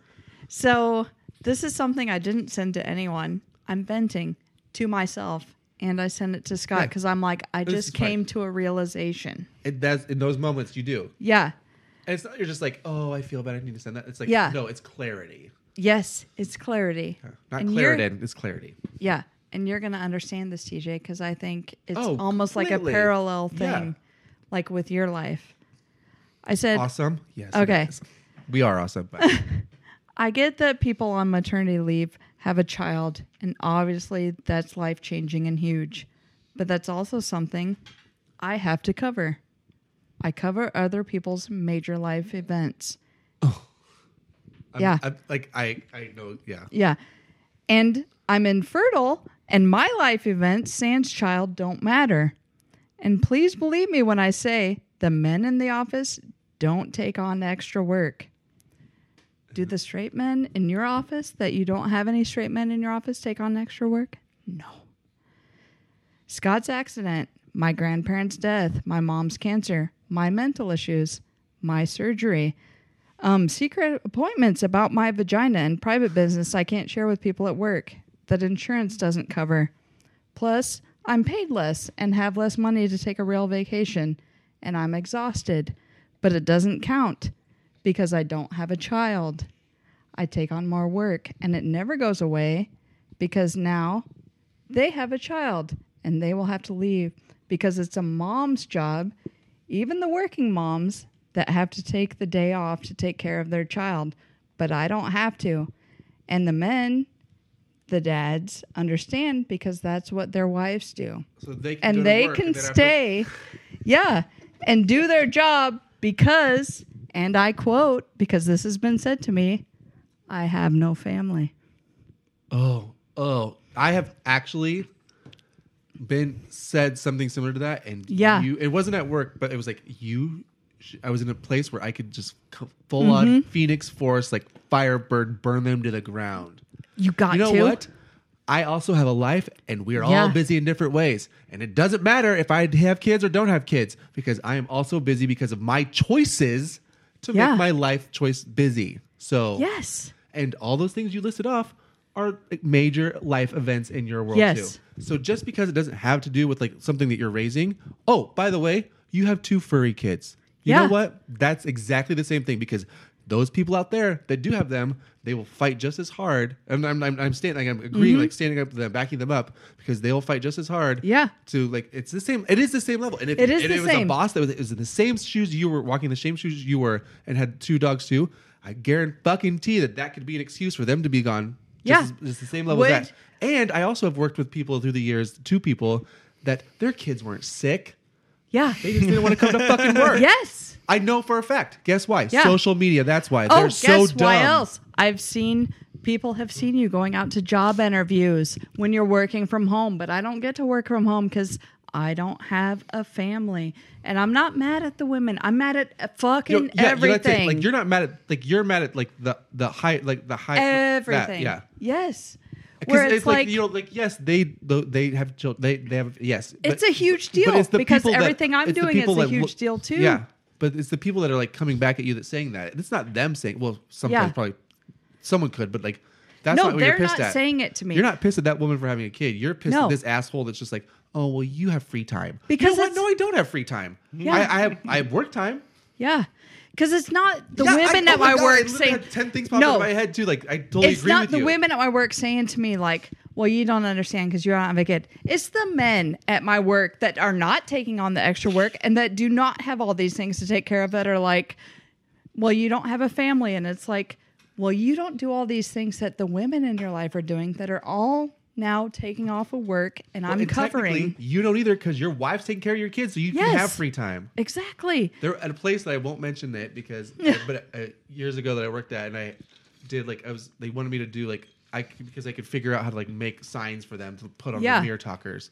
B: So this is something I didn't send to anyone. I'm venting to myself, and I send it to Scott
A: Yeah.
B: because I'm like, I
A: This is
B: just
A: fine.
B: came to a realization.
A: And that's in those moments you do.
B: Yeah.
A: And it's not you're just like, oh, I feel bad. I need to send that. It's like,
B: Yeah.
A: no, it's clarity.
B: Yes, it's clarity.
A: Not
B: And you're-
A: Claritin. It's clarity.
B: Yeah. And you're going to understand this, TJ, because I think it's
A: Oh,
B: almost like
A: completely.
B: a parallel thing,
A: Yeah.
B: like with your life. I said,
A: Awesome. Yes.
B: Okay.
A: it is. We are awesome. But
B: I get that people on maternity leave have a child, and obviously that's life changing and huge, but that's also something I have to cover. I cover other people's major life events.
A: I'm-
B: Yeah.
A: I'm, like I, I know. Yeah.
B: Yeah. And I'm infertile, and my life events, sans child, don't matter. And please believe me when I say the men in the office don't take on extra work. Do the straight men in your office that you don't have any straight men in your office take on extra work? No. Scott's accident, my grandparents' death, my mom's cancer, my mental issues, my surgery, um, secret appointments about my vagina and private business I can't share with people at work that insurance doesn't cover. Plus, I'm paid less and have less money to take a real vacation, and I'm exhausted, but it doesn't count because I don't have a child. I take on more work and it never goes away because now they have a child and they will have to leave because it's a mom's job, even the working moms that have to take the day off to take care of their child. But I don't have to. And the men, the dads, understand because that's what their wives do.
A: So they can go
B: And
A: to
B: they
A: work
B: can
A: they don't have to-
B: stay, yeah, and do their job because, and I quote, because this has been said to me, I have no family.
A: Oh, oh, I have actually been said something similar to that, and
B: Yeah.
A: you, it wasn't at work, but it was like you. sh- I was in a place where I could just co- full on Phoenix Force like firebird, burn them to the ground.
B: You got
A: You know
B: to.
A: what? I also have a life, and we are all
B: Yeah.
A: busy in different ways. And it doesn't matter if I have kids or don't have kids because I am also busy because of my choices to
B: Yeah.
A: make my life choice busy. So
B: Yes.
A: and all those things you listed off are like, major life events in your world
B: Yes.
A: too. So just because it doesn't have to do with like something that you're raising, oh, by the way, you have two furry kids. You
B: Yeah.
A: know what? That's exactly the same thing because those people out there that do have them, they will fight just as hard. And I'm, I'm, I'm standing, I'm agreeing,
B: Mm-hmm.
A: like standing up to them, backing them up because they will fight just as hard.
B: Yeah.
A: To like, it's the same. It is the same level. And if
B: It is
A: and
B: the
A: it was
B: same.
A: a boss that was, it was in the same shoes you were walking, the same shoes you were, and had two dogs too. I guarantee that that could be an excuse for them to be gone. Just,
B: Yeah.
A: as- just the same level
B: Would-
A: as that. And I also have worked with people through the years, two people that their kids weren't sick.
B: Yeah.
A: They just didn't want to come to fucking work.
B: Yes.
A: I know for a fact. Guess why?
B: Yeah.
A: Social media. That's why.
B: Oh,
A: They're
B: guess
A: so dumb.
B: why else? I've seen people have seen you going out to job interviews when you're working from home, but I don't get to work from home because I don't have a family. And I'm not mad at the women. I'm mad at uh,
A: You
B: fucking
A: know, yeah, you know, that's it.
B: everything.
A: Like you're not mad at like you're mad at like the the high like the high that,
B: everything.
A: yeah.
B: Yes. Where
A: Because
B: it's,
A: it's,
B: like,
A: you know, like yes, they tho- they have children. They they have yes.
B: It's a huge deal because
A: people
B: everything I'm
A: it's the
B: doing is
A: people
B: a
A: that
B: huge
A: look-
B: deal, too.
A: Yeah, but it's the people that are like coming back at you that's saying that. It's not them saying. Well, sometimes
B: Yeah.
A: probably someone could, but like that's
B: No,
A: not what you're
B: they're
A: pissed
B: not
A: at.
B: saying it to me.
A: You're not pissed at that woman for having a kid. You're pissed
B: No.
A: at this asshole that's just like, oh well, you have free time.
B: Because
A: you know what?
B: it's-
A: no, I don't have free time.
B: Yeah.
A: I, I have I have work time.
B: yeah. Because it's not the
A: Yeah,
B: women
A: I,
B: at
A: oh my
B: my
A: God, I
B: work
A: literally
B: saying
A: had ten things popped
B: no,
A: up in my head too. Like I totally
B: it's
A: agree
B: not
A: with
B: the
A: you.
B: women at my work saying to me like Well, you don't understand because you're not on vacation. It's the men at my work that are not taking on the extra work and that do not have all these things to take care of that are like, well, you don't have a family. And it's like, well, you don't do all these things that the women in your life are doing that are all now taking off of work and I'm
A: And
B: covering.
A: technically, You don't either because your wife's taking care of your kids, so you can
B: Yes.
A: have free time.
B: Exactly.
A: There at a place that I won't mention that because, but uh, years ago that I worked at and I did like I was they wanted me to do like I c- because I could figure out how to like make signs for them to put on
B: Yeah.
A: the mirror talkers.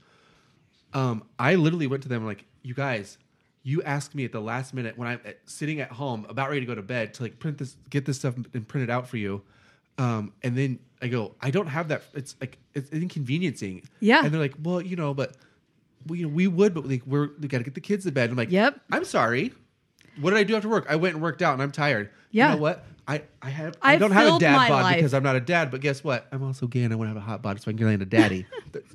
A: Um, I literally went to them like, you guys, you asked me at the last minute when I'm at, sitting at home about ready to go to bed to like print this, get this stuff and print it out for you. Um, and then I go, I don't have that. It's like it's inconveniencing.
B: Yeah.
A: And they're like, well, you know, but we you know, we would, but like we're we got to get the kids to bed. I'm like,
B: Yep.
A: I'm sorry. What did I do after work? I went and worked out, and I'm tired.
B: Yeah.
A: You know what? I I have I,
B: I've
A: don't have a
B: filled my
A: dad bod
B: life.
A: because I'm not a dad. But guess what? I'm also gay, and I want to have a hot bod so I can get into daddy.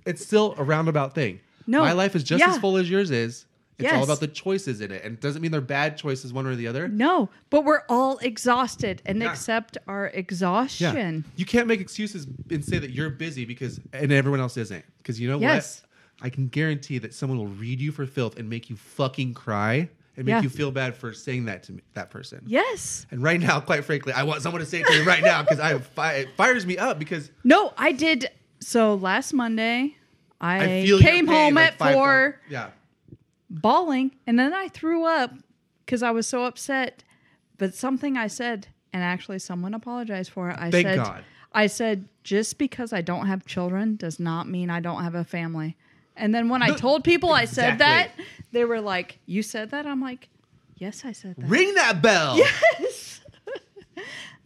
A: it's still a roundabout thing.
B: No.
A: my life is just
B: Yeah.
A: as full as yours is. It's all
B: Yes.
A: about the choices in it, and it doesn't mean they're bad choices one or the other.
B: No, but we're all exhausted and
A: Yeah.
B: accept our
A: Yeah.
B: exhaustion.
A: You can't make excuses and say that you're busy because and everyone else isn't. Because you know
B: Yes.
A: what? I can guarantee that someone will read you for filth and make you fucking cry and make
B: Yeah.
A: you feel bad for saying that to me, that person.
B: Yes.
A: And right now, quite frankly, I want someone to say it to me right now because I fi- it fires me up because
B: No, I did. So last Monday,
A: I,
B: I,
A: feel your
B: came
A: pain,
B: home
A: like,
B: at
A: five-
B: four
A: Yeah,
B: bawling, and then I threw up because I was so upset. But something I said, and actually someone apologized for it. I
A: Thank
B: said,
A: God.
B: I said, just because I don't have children does not mean I don't have a family. And then when I told people I said that,
A: Exactly.
B: they were like, "You said that?" I'm like, "Yes, I said that."
A: ring that bell.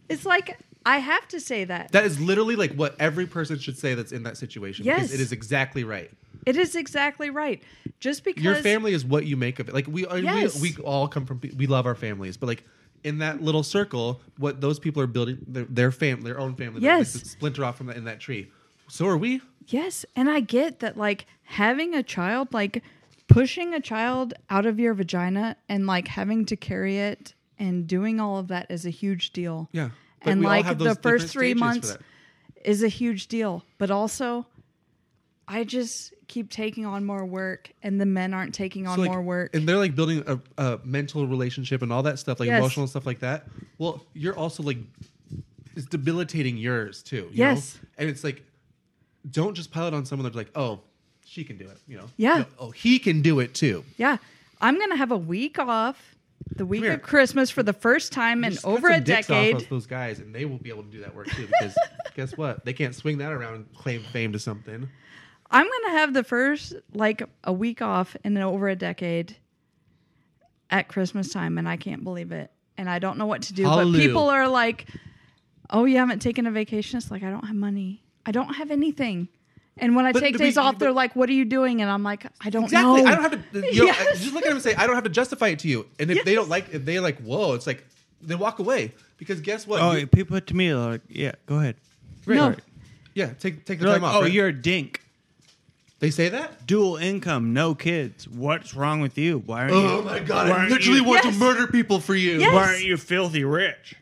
B: It's like I have to say that.
A: That is literally like what every person should say that's in that situation.
B: Yes.
A: because it is exactly right.
B: It is exactly right. Just because
A: your family is what you make of it. Like we, I-
B: Yes.
A: we, we all come from. We love our families, but like in that little circle, what those people are building their, their fam, their own family. that-
B: Yes.
A: that splinter off from that in that tree. So are we?
B: Yes, and I get that like having a child, like pushing a child out of your vagina and like having to carry it and doing all of that is a huge deal.
A: Yeah. But
B: And
A: we all
B: like
A: have
B: the
A: those
B: first
A: different
B: three
A: stages for
B: months
A: that.
B: is a huge deal. But also I just keep taking on more work and the men aren't taking on
A: So, like,
B: more work.
A: and they're like building a, a mental relationship and all that stuff, like
B: Yes.
A: emotional stuff like that. Well, you're also like it's debilitating yours too. You
B: Yes.
A: know? and it's like don't just pile it on someone that's like, oh, she can do it. You know,
B: Yeah.
A: No, oh, he can do it too.
B: yeah. I'm gonna have a week off the week
A: here.
B: of Christmas for the first time in
A: Just cut
B: over
A: some
B: a
A: dicks Off
B: decade.
A: of those guys, and they will be able to do that work too. Because guess what? They can't swing that around and claim fame to something.
B: I'm gonna have the first like a week off in over a decade at Christmas time, and I can't believe it. And I don't know what to do.
A: Hallelujah.
B: But people are like, "Oh, you haven't taken a vacation?" It's like I don't have money. I don't have anything. And when I
A: But-
B: take
A: but
B: days
A: we-
B: off, they're
A: but-
B: like, "What are you doing?" And I'm like, "I don't
A: Exactly.
B: know."
A: I don't have to. You know,
B: Yes.
A: Just look at them and say, "I don't have to justify it to you." And if they don't like, if they're like, "Whoa," it's like they walk away because guess what?
C: Oh,
A: You-
C: people to me are like, yeah, go ahead.
B: no.
A: yeah. Take take the
C: They're
A: time
C: like,
A: off.
C: oh,
A: right?
C: you're a dink.
A: They say that.
C: Dual income, no kids. What's wrong with you? Why aren't
A: Oh
C: you?
A: my god!
C: Why
A: I
C: aren't
A: literally
C: you-
A: want
B: Yes.
A: to murder people for you.
B: Yes.
C: Why aren't you filthy rich?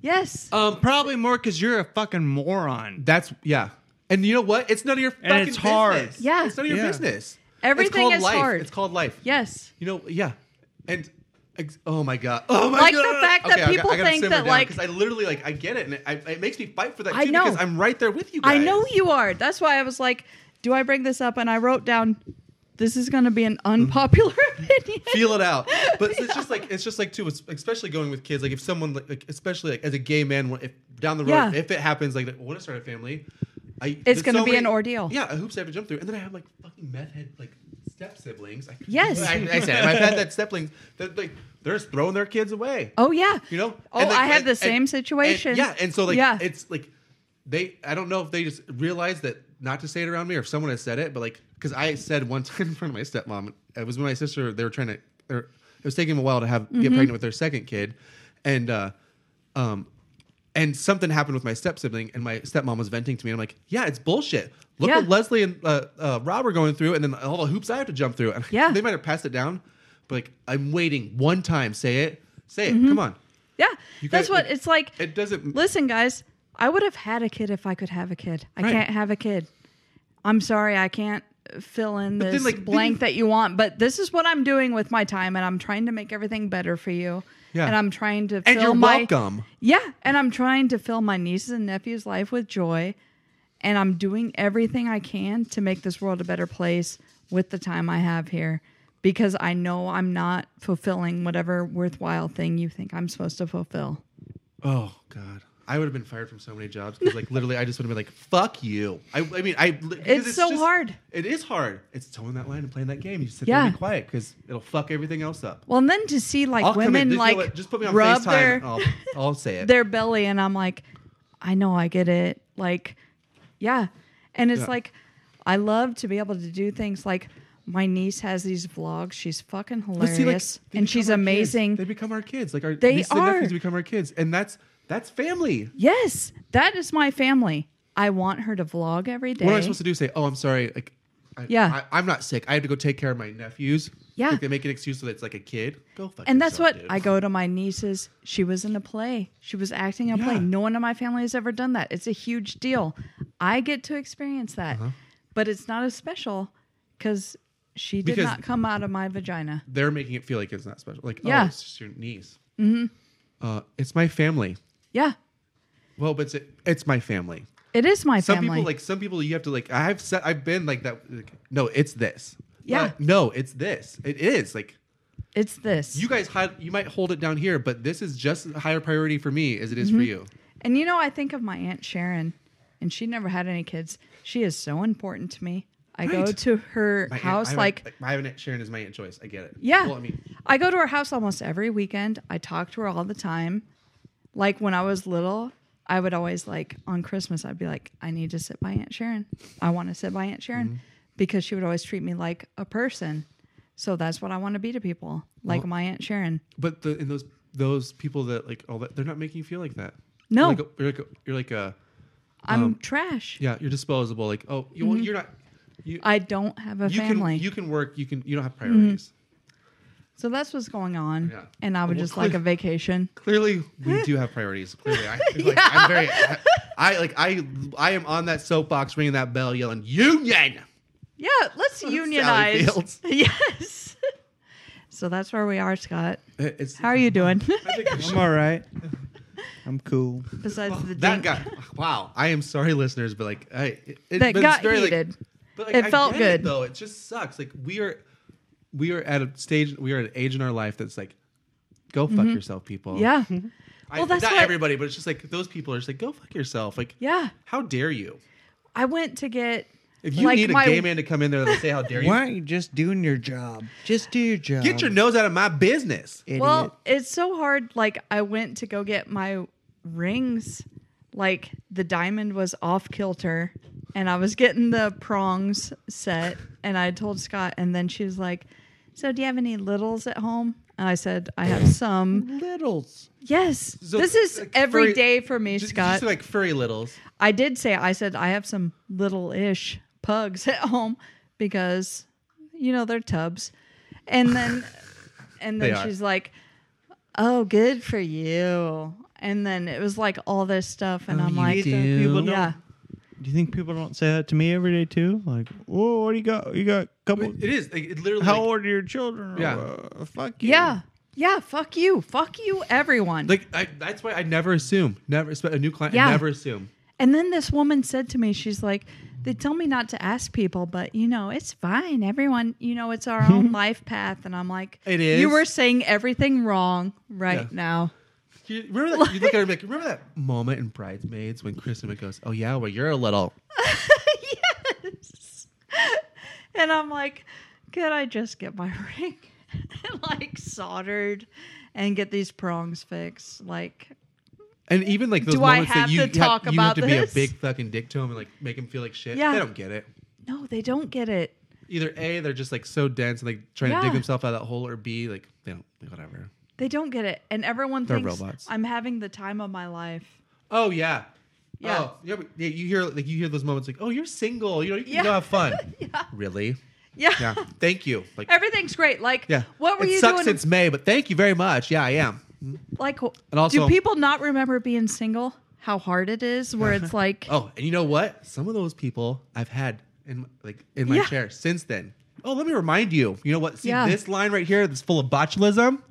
B: Yes.
A: Uh,
C: Um, probably more because you're a fucking moron.
A: That's yeah. And you know what? It's none of your
C: And
A: fucking
C: it's hard.
A: business.
B: Yeah.
A: It's none of your
C: Yeah.
A: business. it's
B: Everything
A: called
B: is
A: life.
B: hard.
A: It's called life.
B: yes.
A: You know, yeah, and ex- oh my god, oh my
B: Like the
A: god,
B: fact that people think that, like-
A: because I literally like I get it, and it, I, it makes me fight for that.
B: I
A: too,
B: know.
A: because I'm right there with you.
B: I
A: Guys.
B: know you are. That's why I was like, "Do I bring this up?" And I wrote down, "This is going to be an unpopular opinion."
A: Feel it out, but it's just like it's just like too, it's- especially going with kids. Like if someone, like, like especially like as a gay man, if down the road,
B: Yeah.
A: if it happens, like I want to start a family, I it's
B: gonna be an ordeal.
A: Yeah, hoops I have to jump through, and then I have like fucking meth head like step siblings. I,
B: Yes.
A: I, I said it. I've had that siblings that like they're just throwing their kids away.
B: Oh yeah.
A: You know?
B: Oh,
A: And, like,
B: I have
A: and-
B: the
A: and-
B: same situation.
A: and- yeah, and so like
B: Yeah.
A: it's like they I don't know if they just realized that not to say it around me or if someone has said it, but like because I said one time in front of my stepmom, it was when my sister they were trying to or it was taking them a while to have
B: Mm-hmm.
A: get pregnant with their second kid. And uh um and something happened with my step sibling, and my stepmom was venting to me. And I'm like, "Yeah, it's bullshit. Look
B: Yeah.
A: what Leslie and uh, uh, Rob are going through, and then all the hoops I have to jump through." And
B: Yeah.
A: they might have passed it down, but like, I'm waiting one time. Say it, say
B: Mm-hmm.
A: it. Come on,
B: yeah.
A: You
B: That's
A: got-
B: what it's like.
A: it doesn't.
B: Listen, guys, I would have had a kid if I could have a kid. I
A: Right.
B: can't have a kid. I'm sorry, I can't fill in
A: But then,
B: this
A: like, then
B: blank
A: you-
B: that you want, but this is what I'm doing with my time, and I'm trying to make everything better for you.
A: Yeah.
B: And I'm trying to
A: And
B: fill
A: you're
B: my
A: welcome.
B: yeah, and I'm trying to fill my nieces and nephews' life with joy, and I'm doing everything I can to make this world a better place with the time I have here because I know I'm not fulfilling whatever worthwhile thing you think I'm supposed to fulfill.
A: Oh God, I would have been fired from so many jobs because, like, literally, I just would have been like, "Fuck you." I, I mean, I. because
B: It's so hard.
A: It is hard. It's towing that line and playing that game. You just sit there
B: Yeah.
A: and be quiet because it'll fuck everything else up.
B: Well, and then to see like
A: I'll come in.
B: women
A: You know
B: like
A: what? just put me on
B: rub
A: FaceTime. Oh.
B: their
A: and I'll, I'll say it.
B: their belly and I'm like, I know I get it. Like, yeah. And it's
A: Yeah.
B: like I love to be able to do things like my niece has these vlogs. She's fucking
A: But
B: hilarious
A: see, like, they become
B: and she's
A: our kids.
B: amazing.
A: They become our kids. Like our
B: They
A: nieces and nephews
B: are.
A: become our kids, and that's that's family.
B: Yes, that is my family. I want her to vlog every day.
A: What am I supposed to do? Say, "Oh, I'm sorry." Like, I,
B: Yeah.
A: I, I'm not sick. I have to go take care of my nephews.
B: Yeah.
A: like, they make an excuse so that it's like a kid. Go fuck.
B: and that's
A: yourself,
B: what
A: dude.
B: I go to my nieces. She was in a play. She was acting in a play.
A: Yeah.
B: No one in my family has ever done that. It's a huge deal. I get to experience that,
A: Uh-huh.
B: but it's not as special because she did
A: Because-
B: not come out of my vagina.
A: They're making it feel like it's not special. Like, oh,
B: Yeah.
A: it's just your niece. Mm-hmm. Uh, it's my family.
B: Yeah,
A: Well, but it's, it's my family.
B: it is my
A: Some
B: family.
A: people like some people you have to like. I've said I've been like that. Like, no, it's this.
B: Yeah.
A: Not, no, it's this. It is like
B: it's this.
A: you guys hide, you might hold it down here, but this is just a higher priority for me as it is
B: Mm-hmm.
A: for you.
B: And you know, I think of my aunt Sharon, and she never had any kids. She is so important to me. I go
A: Right.
B: to her
A: My aunt-
B: house
A: I have a-
B: like
A: my aunt Sharon is my aunt Joyce. I get it.
B: Yeah.
A: Well, I mean,
B: I go to her house almost every weekend. I talk to her all the time. Like when I was little, I would always like on Christmas, I'd be like, I need to sit by Aunt Sharon. I want to sit by Aunt Sharon
A: Mm-hmm.
B: because she would always treat me like a person. So that's what I want to be to people, like my Aunt Sharon.
A: but the in those those people that like all that they're not making you feel like that.
B: No.
A: You're like a, you're like a, you're like a
B: I'm trash.
A: um, yeah, you're disposable. Like oh, you
B: Mm-hmm.
A: well, you're not. You,
B: I don't have a
A: you
B: family. Mm-hmm.
A: can you can work. You can you don't have priorities.
B: so that's what's going on.
A: Yeah.
B: And I would
A: Well,
B: just like a
A: clear-
B: vacation.
A: Clearly, we do have priorities. Clearly, I, like, I'm very. I, I like I I am on that soapbox ringing that bell yelling union.
B: Yeah, let's unionize.
A: Fields.
B: Yes. so that's where we are, Scott.
A: It's
B: How are you doing?
C: I'm all right. I'm cool.
B: Besides the
A: that
B: dink.
A: guy. Wow, I am sorry, listeners, but like I it, it-
B: that
A: but it's
B: got
A: very, like-
B: heated.
A: but like,
B: It
A: I
B: felt
A: get
B: good.
A: though. It just sucks. Like we are, we are at a stage. We are at an age in our life that's like, go fuck yourself, people.
B: Mm-hmm. yeah.
A: I,
B: Well, that's
A: not
B: what-
A: everybody, but it's just like those people are just like, go fuck yourself. Like,
B: Yeah.
A: how dare you?
B: I went to get
A: If you
B: like
A: need a
B: my,
A: gay man to come in there and say, how dare you?
E: Why aren't you just doing your job? Just do your job.
A: Get your nose out of my business.
E: idiot.
B: Well, it's so hard. Like I went to go get my rings. Like the diamond was off kilter, and I was getting the prongs set, and I told Scott, and then she was like, "So do you have any littles at home?" And I said, "I have some."
E: littles.
B: Yes,
A: So,
B: this is
A: like,
B: every
A: furry-
B: day for me,
A: Just,
B: Scott.
A: just like furry littles.
B: I did say I said I have some little-ish pugs at home because you know they're tubs, and then and
A: They
B: then
A: are.
B: she's like, "Oh, good for you." And then it was like all this stuff, and
C: Oh,
B: I'm
C: you
B: like,
C: do? People don't-
B: "Yeah,
C: Do you think people don't say that to me every day too? Like, whoa, what do you got? You got a couple.
A: It is. Like, it literally.
C: How
A: like,
C: old are your children?
A: Yeah.
C: Uh, fuck you.
B: yeah, yeah." Fuck you, fuck you, everyone.
A: Like I, that's why I never assume. Never a new client.
B: Yeah.
A: I never assume.
B: and then this woman said to me, "She's like." They tell me not to ask people, but you know, it's fine. Everyone, you know, it's our own life path. And I'm like,
A: It
B: You
A: is.
B: were saying everything wrong right
A: Yeah.
B: now.
A: You, remember that? You look at her and be like, remember that moment in Bridesmaids when Kristen goes, "Oh yeah, well you're a little."
B: And I'm like, could I just get my ring like soldered and get these prongs fixed? Like,
A: And even like those
B: Do I
A: moments
B: have
A: that you
B: to
A: have,
B: talk
A: you have
B: about
A: to
B: this?
A: be a big fucking dick to him and like make him feel like shit.
B: Yeah.
A: They don't get it.
B: no, they don't get it.
A: Either A, they're just like so dense and like trying to dig
B: Yeah.
A: themselves out of that hole, or B, like they don't. Whatever.
B: They don't get it. And everyone
A: They're
B: thinks
A: robots.
B: I'm having the time of my life.
A: Oh yeah.
B: Yeah.
A: Oh, yeah, but- yeah, you hear like you hear those moments like, oh, you're single, you know, you can
B: Yeah.
A: go have fun.
B: Yeah.
A: Really?
B: Yeah.
A: Yeah. Thank you. Like,
B: Everything's great. Like,
A: yeah.
B: what were
A: it
B: you
A: sucks
B: doing?
A: since May, but thank you very much. Yeah, I am.
B: like,
A: also-
B: do people not remember being single? How hard it is, where it's like,
A: Oh, and you know what? Some of those people I've had in like in my
B: Yeah.
A: chair since then. Oh, let me remind you. You know what? See
B: Yeah.
A: this line right here that's full of botulism?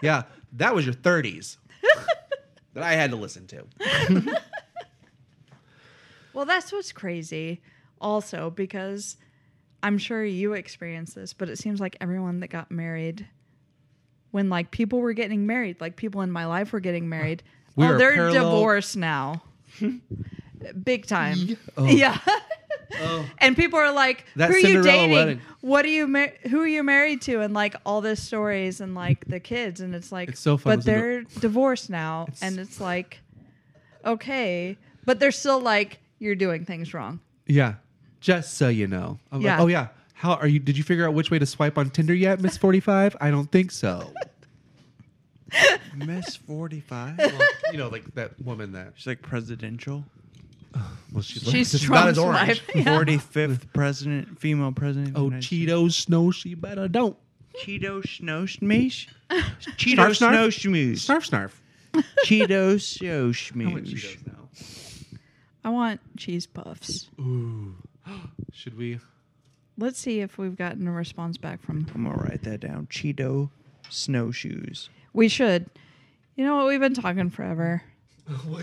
A: yeah, that was your 30s that I had to listen to.
B: Well, that's what's crazy also because I'm sure you experienced this, but it seems like everyone that got married when like people were getting married, like people in my life were getting married,
A: We
B: oh,
A: are
B: they're
A: parallel-
B: divorced now. Big time. Yeah.
A: Oh.
B: And people are like,
A: That
B: who are you
A: Cinderella
B: dating?
A: wedding.
B: What are you mar- who are you married to? And like all this stories and like the kids and it's like
A: It's so fun
B: but
A: listening to-
B: they're divorced now and it's like okay, but they're still like you're doing things wrong.
A: Yeah. Just so you know. I'm
B: Yeah.
A: like, oh yeah. How are you did you figure out which way to swipe on Tinder yet, Miss 45? I don't think so.
C: Miss 45?
A: well, you know, like that woman that
C: She's like presidential.
A: well she's,
B: She's
A: she's not as
B: Trump's
A: orange.
B: wife. Yeah.
C: 45th president, female president. of
A: Oh,
C: the United
A: Cheetos snow she better don't.
C: States. Cheeto Snowshmeesh?
A: Snarf,
C: Cheeto
A: snarf?
C: Snowshmeesh.
A: Snarf snarf.
C: Cheeto
A: I want
C: Snowshmeesh.
A: Cheetos now.
B: I want cheese puffs.
A: Should we
B: Let's see if we've gotten a response back from.
C: I'm going to write that down. Cheeto Snowshoes.
B: We should. You know what? We've been talking forever.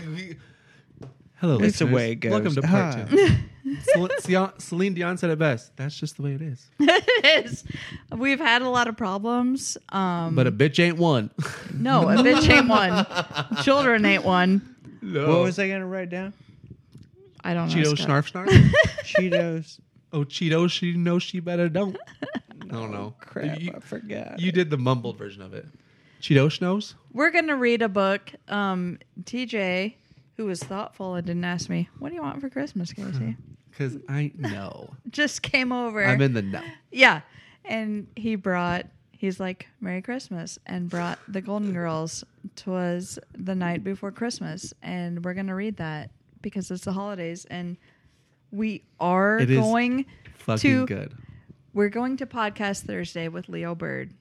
A: Hello,
C: That's the
A: listeners.
C: way it goes.
A: Welcome to part
C: Ah.
A: two. Cel- Celine- Celine Dion said it best. That's just the way it is.
B: It is. We've had a lot of problems. Um,
A: But a bitch ain't one.
B: no, a bitch ain't one. Children ain't one.
A: no.
C: What was I going to write down?
B: I don't know.
A: Cheeto
B: Scott.
A: snarf snarf?
C: Cheetos.
A: oh, Cheeto, she knows she better don't. I don't know.
C: Crap,
A: You,
C: I forgot.
A: you did the mumbled version of it. Cheeto snows?
B: We're gonna read a book. Um, TJ, who was thoughtful and didn't ask me, "What do you want for Christmas, Casey?"
A: Because I know.
B: Just came over.
A: I'm in the know.
B: Yeah. And he brought, he's like, Merry Christmas, and brought the Golden Girls. Twas the night before Christmas. And we're going to read that because it's the holidays. And we are
A: It is
B: going
A: Fucking
B: to,
A: good.
B: we're going to podcast Thursday with Leo Bird.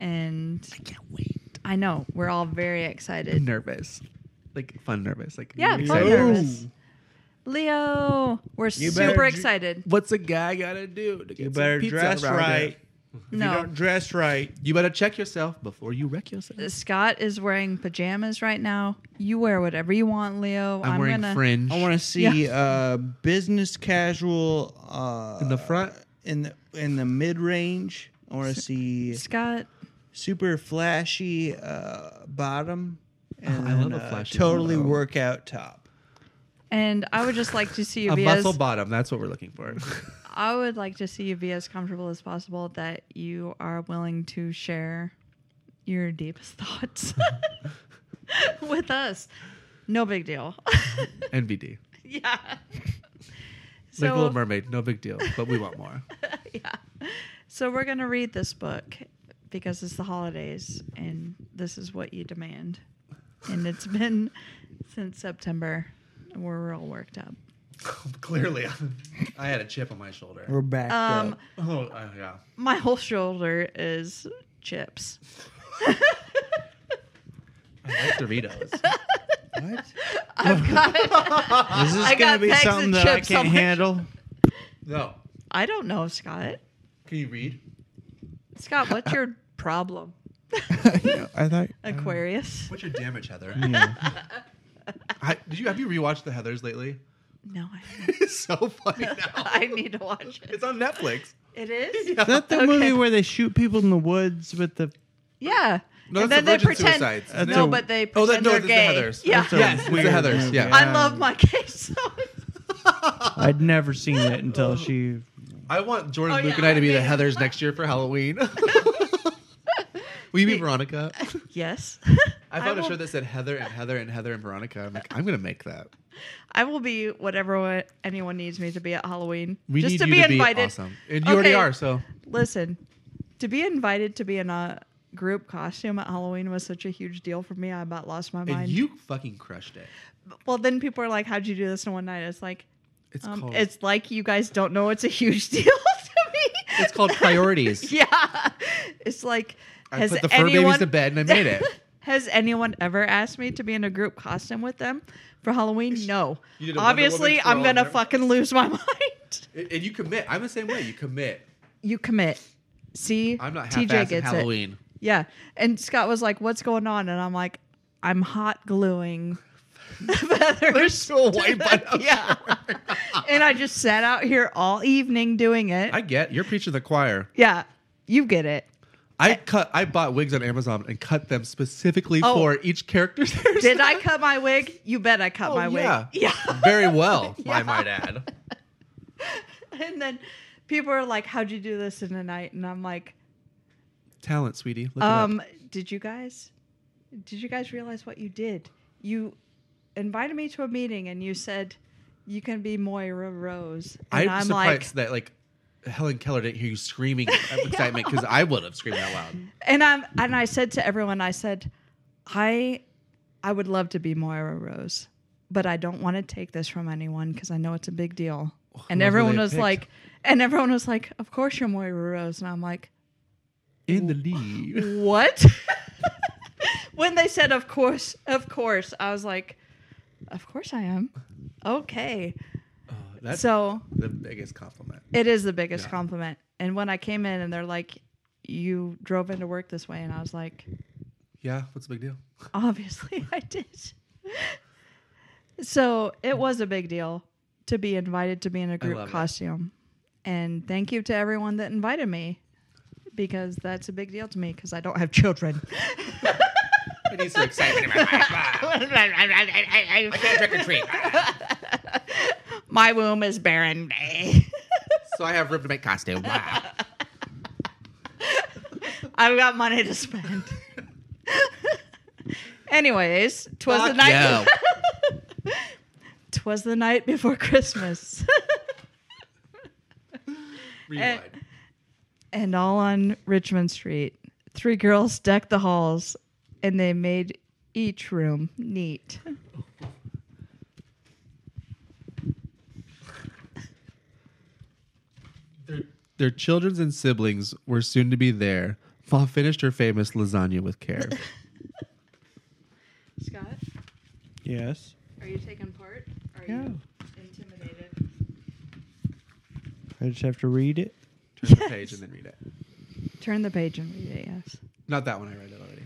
B: And I can't wait. I know. We're all very excited.
A: Nervous. Like, fun nervous. Like,
B: Yeah,
A: really
B: fun
A: excited.
B: nervous. Leo, we're super
C: better-
B: excited.
A: What's a guy gotta do to get
C: You better
A: some pizza
C: dress
A: around here?
C: right. You
B: No,
C: don't dress right.
A: You better check yourself before you wreck yourself.
B: Uh, Scott is wearing pajamas right now. You wear whatever you want, Leo.
A: I'm, wearing
B: gonna,
A: fringe.
C: I want to see uh, business casual uh,
A: in the front.
C: in the in the mid range. I want to see
B: Scott,
C: super flashy uh, bottom and
A: I love
C: then,
A: a
C: uh,
A: flashy
C: totally
A: bottom.
C: workout top.
B: and I would just like to see you
A: A
B: be as
A: muscle bottom. That's what we're looking for.
B: I would like to see you be as comfortable as possible. That you are willing to share your deepest thoughts with us. No big deal.
A: NBD.
B: yeah.
A: Like
B: So,
A: Little Mermaid, no big deal, but we want more.
B: so we're gonna read this book because it's the holidays, and this is what you demand. And it's been since September. and We're real worked up.
A: Clearly, I had a chip on my shoulder.
C: We're back
B: Um,
C: up.
A: Oh, uh, yeah.
B: my whole shoulder is chips.
A: I like Doritos.
C: What?
B: I've got.
C: Is this
B: Um, I
C: gonna
B: got
C: be
B: bags of
C: something that I
B: chips
C: can't
B: on my-
C: handle?
A: no.
B: I don't know, Scott.
A: Can you read?
B: Scott, what's your problem?
C: Yeah, I thought
A: Mm.
B: Aquarius?
A: What's your damage, Heather? I, did you have you rewatched the Heathers lately?
B: No, I,
A: It's so funny now.
B: I need to watch it.
A: It's on Netflix.
B: It is?
C: is that the
B: Okay.
C: movie where they shoot people in the woods with the
B: Yeah.
A: No,
B: and
A: that's
B: then they
A: the Virgin
B: pretend.
A: Suicides. That's
B: No,
C: a-
B: but they
A: Oh,
B: pretend
A: that, no,
B: they're
A: it's the
B: gay.
A: Heathers.
B: Yeah.
C: That's a
A: Yes, it's the
C: weird
A: Heathers.
C: movie.
A: Yeah.
B: I love my case.
C: I'd never seen it until she.
A: I want Jordan,
B: Oh,
A: Luke,
B: yeah,
A: and I to be the
B: I
A: Heathers next year for Halloween. Will you be Veronica?
B: yes.
A: I found a
B: will-
A: shirt that said Heather and Heather and Heather and Veronica. I'm like, I'm gonna make that.
B: I will be whatever wa- anyone needs me to be at Halloween.
A: We
B: Just
A: need
B: to
A: you
B: be
A: to
B: invited.
A: be awesome, and you already
B: Okay.
A: are. So
B: Listen, to be invited to be in a group costume at Halloween was such a huge deal for me. I about lost my mind.
A: and you fucking crushed it.
B: well, then people are like, "How'd you do this in one night?" It's like,
A: It's
B: um,
A: called it's,
B: it's like you guys don't know it's a huge deal to me.
A: called priorities.
B: yeah, it's like
A: I
B: has
A: put the fur
B: anyone
A: babies to bed and I made it.
B: has anyone ever asked me to be in a group costume with them for Halloween? No.
A: You did a Wonder
B: Obviously,
A: Woman
B: I'm
A: throw
B: gonna
A: there.
B: fucking lose my mind.
A: And and you commit. I'm the same way. You commit.
B: You commit. See,
A: I'm not half
B: TJ
A: assed at
B: gets it.
A: Halloween.
B: Yeah. And Scott was like, "What's going on?" And I'm like, "I'm hot gluing feathers." They're so
A: white by now.
B: yeah. and I just sat out here all evening doing it.
A: I get you're preaching to the choir.
B: yeah, you get it.
A: I cut. I bought wigs on Amazon and cut them specifically
B: Eh. Oh.
A: for each character.
B: Did I cut my wig? You bet I cut
A: Oh,
B: my
A: yeah.
B: wig. Yeah.
A: Very well,
B: Yeah.
A: I might add.
B: and then people are like, "How'd you do this in a night?" And I'm like,
A: Talent, sweetie. Look it up.
B: um, "Did you guys? Did you guys realize what you did? You invited me to a meeting, and you said." You can be Moira Rose. And
A: I'm,
B: I'm like,
A: surprised that like Helen Keller didn't hear you screaming of excitement because I would have screamed out loud.
B: and I'm and I said to everyone, I said, I I would love to be Moira Rose, but I don't want to take this from anyone because I know it's a big deal. and
A: who else would
B: everyone
A: they
B: was
A: pick?
B: like, and everyone was like, of course you're Moira Rose, and I'm like,
A: In the lead.
B: what? when they said, of course, of course, I was like, of course I am. Okay,
A: That's
B: so
A: the biggest compliment.
B: it is the biggest compliment. And when I came in, and they're like, you drove into work this way, and I was like.
A: Yeah, what's the big deal?
B: Obviously, I did. so it was a big deal to be invited to be in a
A: love
B: group
A: it.
B: costume. And thank you to everyone that invited me because that's a big deal to me because I don't have children.
A: I need some excitement in my life. I can't trick or treat.
B: My womb is barren.
A: So I have room to make costume. Wow.
B: I've got money to spend. Anyways, twas the
A: Fuck
B: night.
A: yeah.
B: twas the night before Christmas.
A: Rewind.
B: and all on Richmond Street. Three girls decked the halls, and they made each room neat.
A: Their children and siblings were soon to be there. Ma finished her famous lasagna with care.
B: Scott,
C: Yes.
B: are you taking part? Are
C: Yeah.
B: you intimidated?
C: I just have to read it.
A: Turn the page and then read it.
B: Turn the page and read it. Yes.
A: Not that one. I read it already.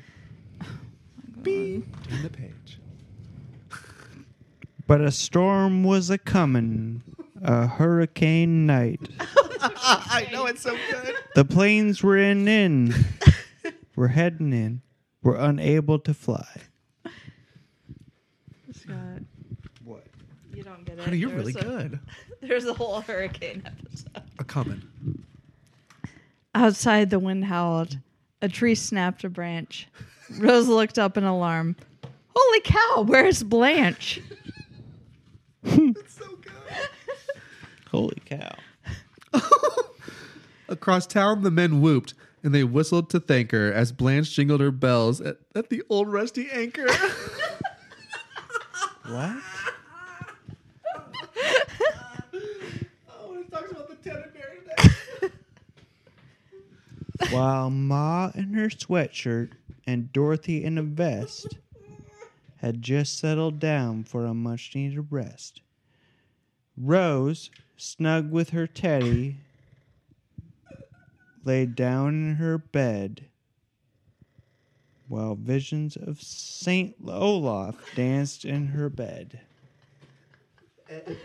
A: Turn the page.
C: But a storm was a comin', a hurricane night.
A: I know it's so good.
C: The planes were in, in, were heading in, were unable to fly.
B: Scott.
C: What?
B: You don't get it.
A: Honey, you're
B: There was
A: really
B: a-
A: good.
B: There's a whole hurricane episode.
A: A coming.
B: Outside, the wind howled. A tree snapped a branch. Rose looked up in alarm. Holy cow, where's Blanche?
C: Holy cow.
A: Across town, the men whooped and they whistled to thank her as Blanche jingled her bells at, at the old rusty anchor.
C: What?
A: oh, it talks about the tenant
C: While Ma in her sweatshirt and Dorothy in a vest had just settled down for a much needed rest, Rose, snug with her teddy, lay down in her bed while visions of St. Olaf danced in her bed.
B: In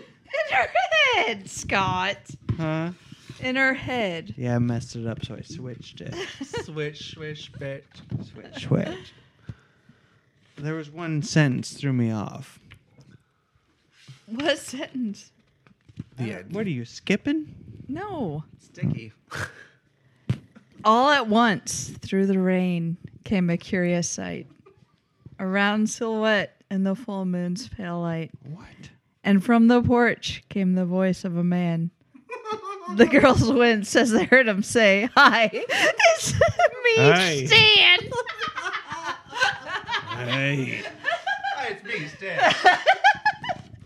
B: her head, Scott.
C: Huh?
B: In her head.
C: Yeah, I messed it up, so I switched it.
A: Swish, swish, bitch.
C: Switch, switch. There was one sentence threw me off.
B: What sentence?
A: The end.
C: What are you skipping?
B: No.
A: Sticky.
B: All at once, through the rain, came a curious sight a round silhouette in the full moon's pale light.
C: What?
B: And from the porch came the voice of a man. The girls winced as they heard him say, Hi, it's me,
C: Hi.
B: Stan.
E: Hey,
A: it's me, Stan.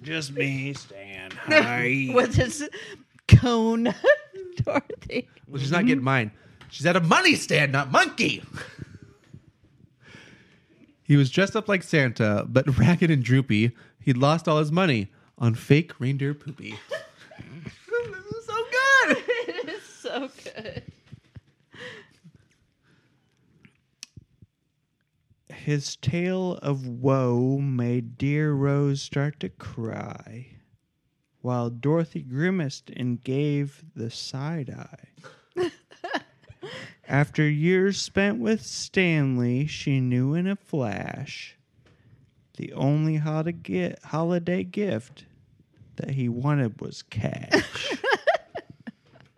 E: just me, Stan. Hi.
B: With his cone, Dorothy.
A: Well, she's
H: Mm-hmm.
A: not getting mine. She's at a money stand, not monkey. he was dressed up like Santa, but ragged and droopy. He'd lost all his money on fake reindeer poopy. this is so
B: so good.
C: His tale of woe made dear Rose start to cry, while Dorothy grimaced and gave the side eye. After years spent with Stanley, she knew in a flash the only how to get holiday gift that he wanted was cash.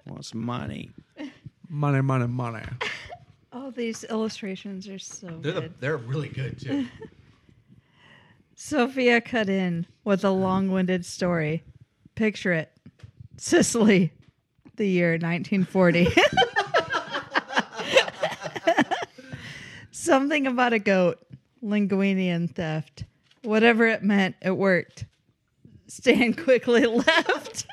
C: Wants money.
H: Money, money, money.
B: Oh, these illustrations are so
A: They're,
B: good.
A: the, they're really good too.
B: Sophia cut in with a long winded story. Picture it Sicily, the year 1940. Something about a goat, linguinian theft. Whatever it meant, it worked. Stan quickly left.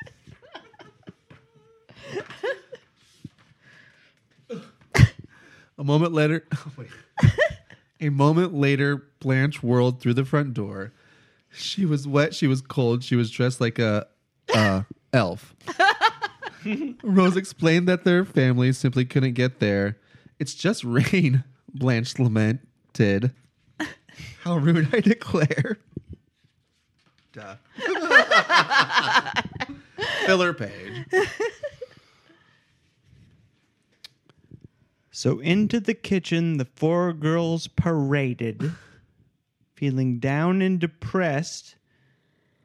A: A moment later, oh, a moment later, Blanche whirled through the front door. She was wet. She was cold. She was dressed like a uh, elf. Rose explained that their family simply couldn't get there. It's just rain. Blanche lamented. How rude! I declare. Duh. Filler page.
C: So into the kitchen the four girls paraded, feeling down and depressed.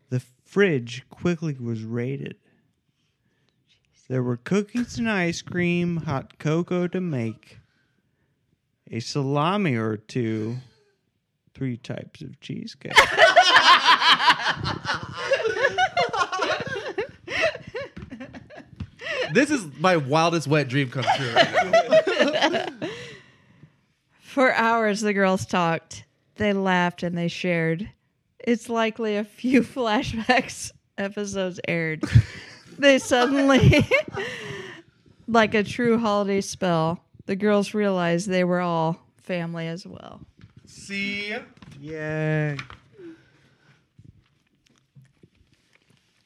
C: The fridge quickly was raided. There were cookies and ice cream, hot cocoa to make, a salami or two, three types of cheesecake.
A: This is my wildest wet dream come true. Right now.
B: For hours, the girls talked. They laughed and they shared. It's likely a few flashbacks episodes aired. they suddenly, like a true holiday spell, the girls realized they were all family as well.
A: See.
C: Yay.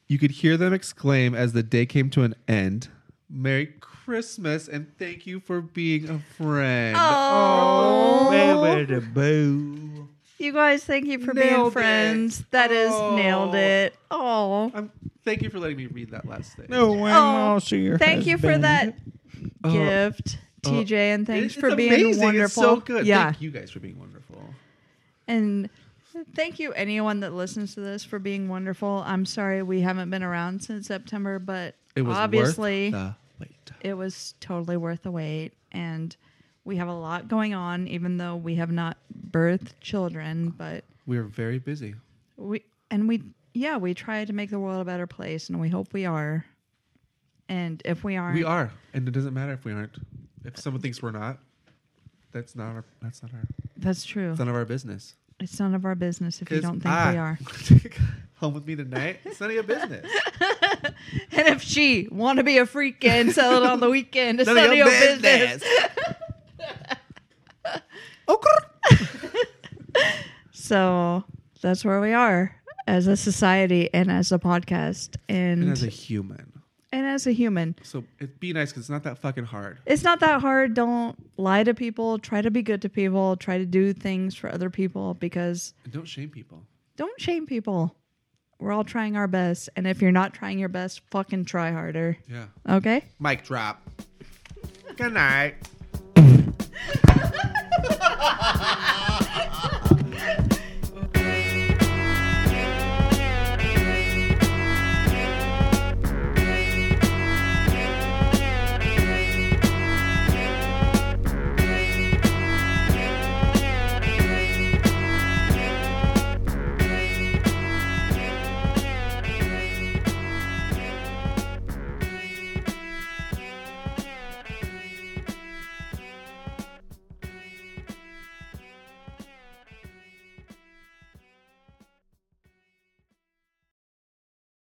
A: You could hear them exclaim as the day came to an end, Merry Christmas and thank you for being a friend. Oh.
C: Oh. Ba-ba-da-boo.
B: You guys, thank you for being
A: Nailed
B: friends. That is nailed
A: Oh.
B: it. Oh,
A: I'm, thank you for letting me read that last thing.
C: No one
B: Oh,
C: will see your
B: thank you for
C: husband.
B: that
A: Oh,
B: gift, TJ, and
A: it-
B: thanks
A: it's
B: for being
A: amazing.
B: wonderful.
A: It's so good.
B: Yeah.
A: Thank you guys for being wonderful.
B: And thank you, anyone that listens to this, for being wonderful. I'm sorry we haven't been around since September, but
A: It was
B: obviously
A: worth the wait.
B: it was totally worth the wait. And we have a lot going on, even though we have not birthed children. But
A: We are very busy.
B: we, and we, yeah, we try to make the world a better place, and we hope we are. And if we aren't,
A: We are, and it doesn't matter if we aren't. If someone thinks we're not, that's not our. That's not our.
B: that's true.
A: It's none of our business.
B: It's none of our business if you
A: 'Cause
B: don't think
A: I-
B: we are.
A: Home with me tonight. It's none of your business.
B: And if she want to be a freak and sell it on the weekend, it's
A: None of
B: none of your
A: your
B: business. So that's where we are as a society and as a podcast and,
A: and as a human.
B: human.
A: So it be nice because it's not that fucking hard.
B: It's not that hard. Don't lie to people. Try to be good to people. Try to do things for other people because
A: And don't shame people.
B: don't shame people. We're all trying our best. And if you're not trying your best, fucking try harder.
A: Yeah.
B: Okay?
A: Mic drop. Good night.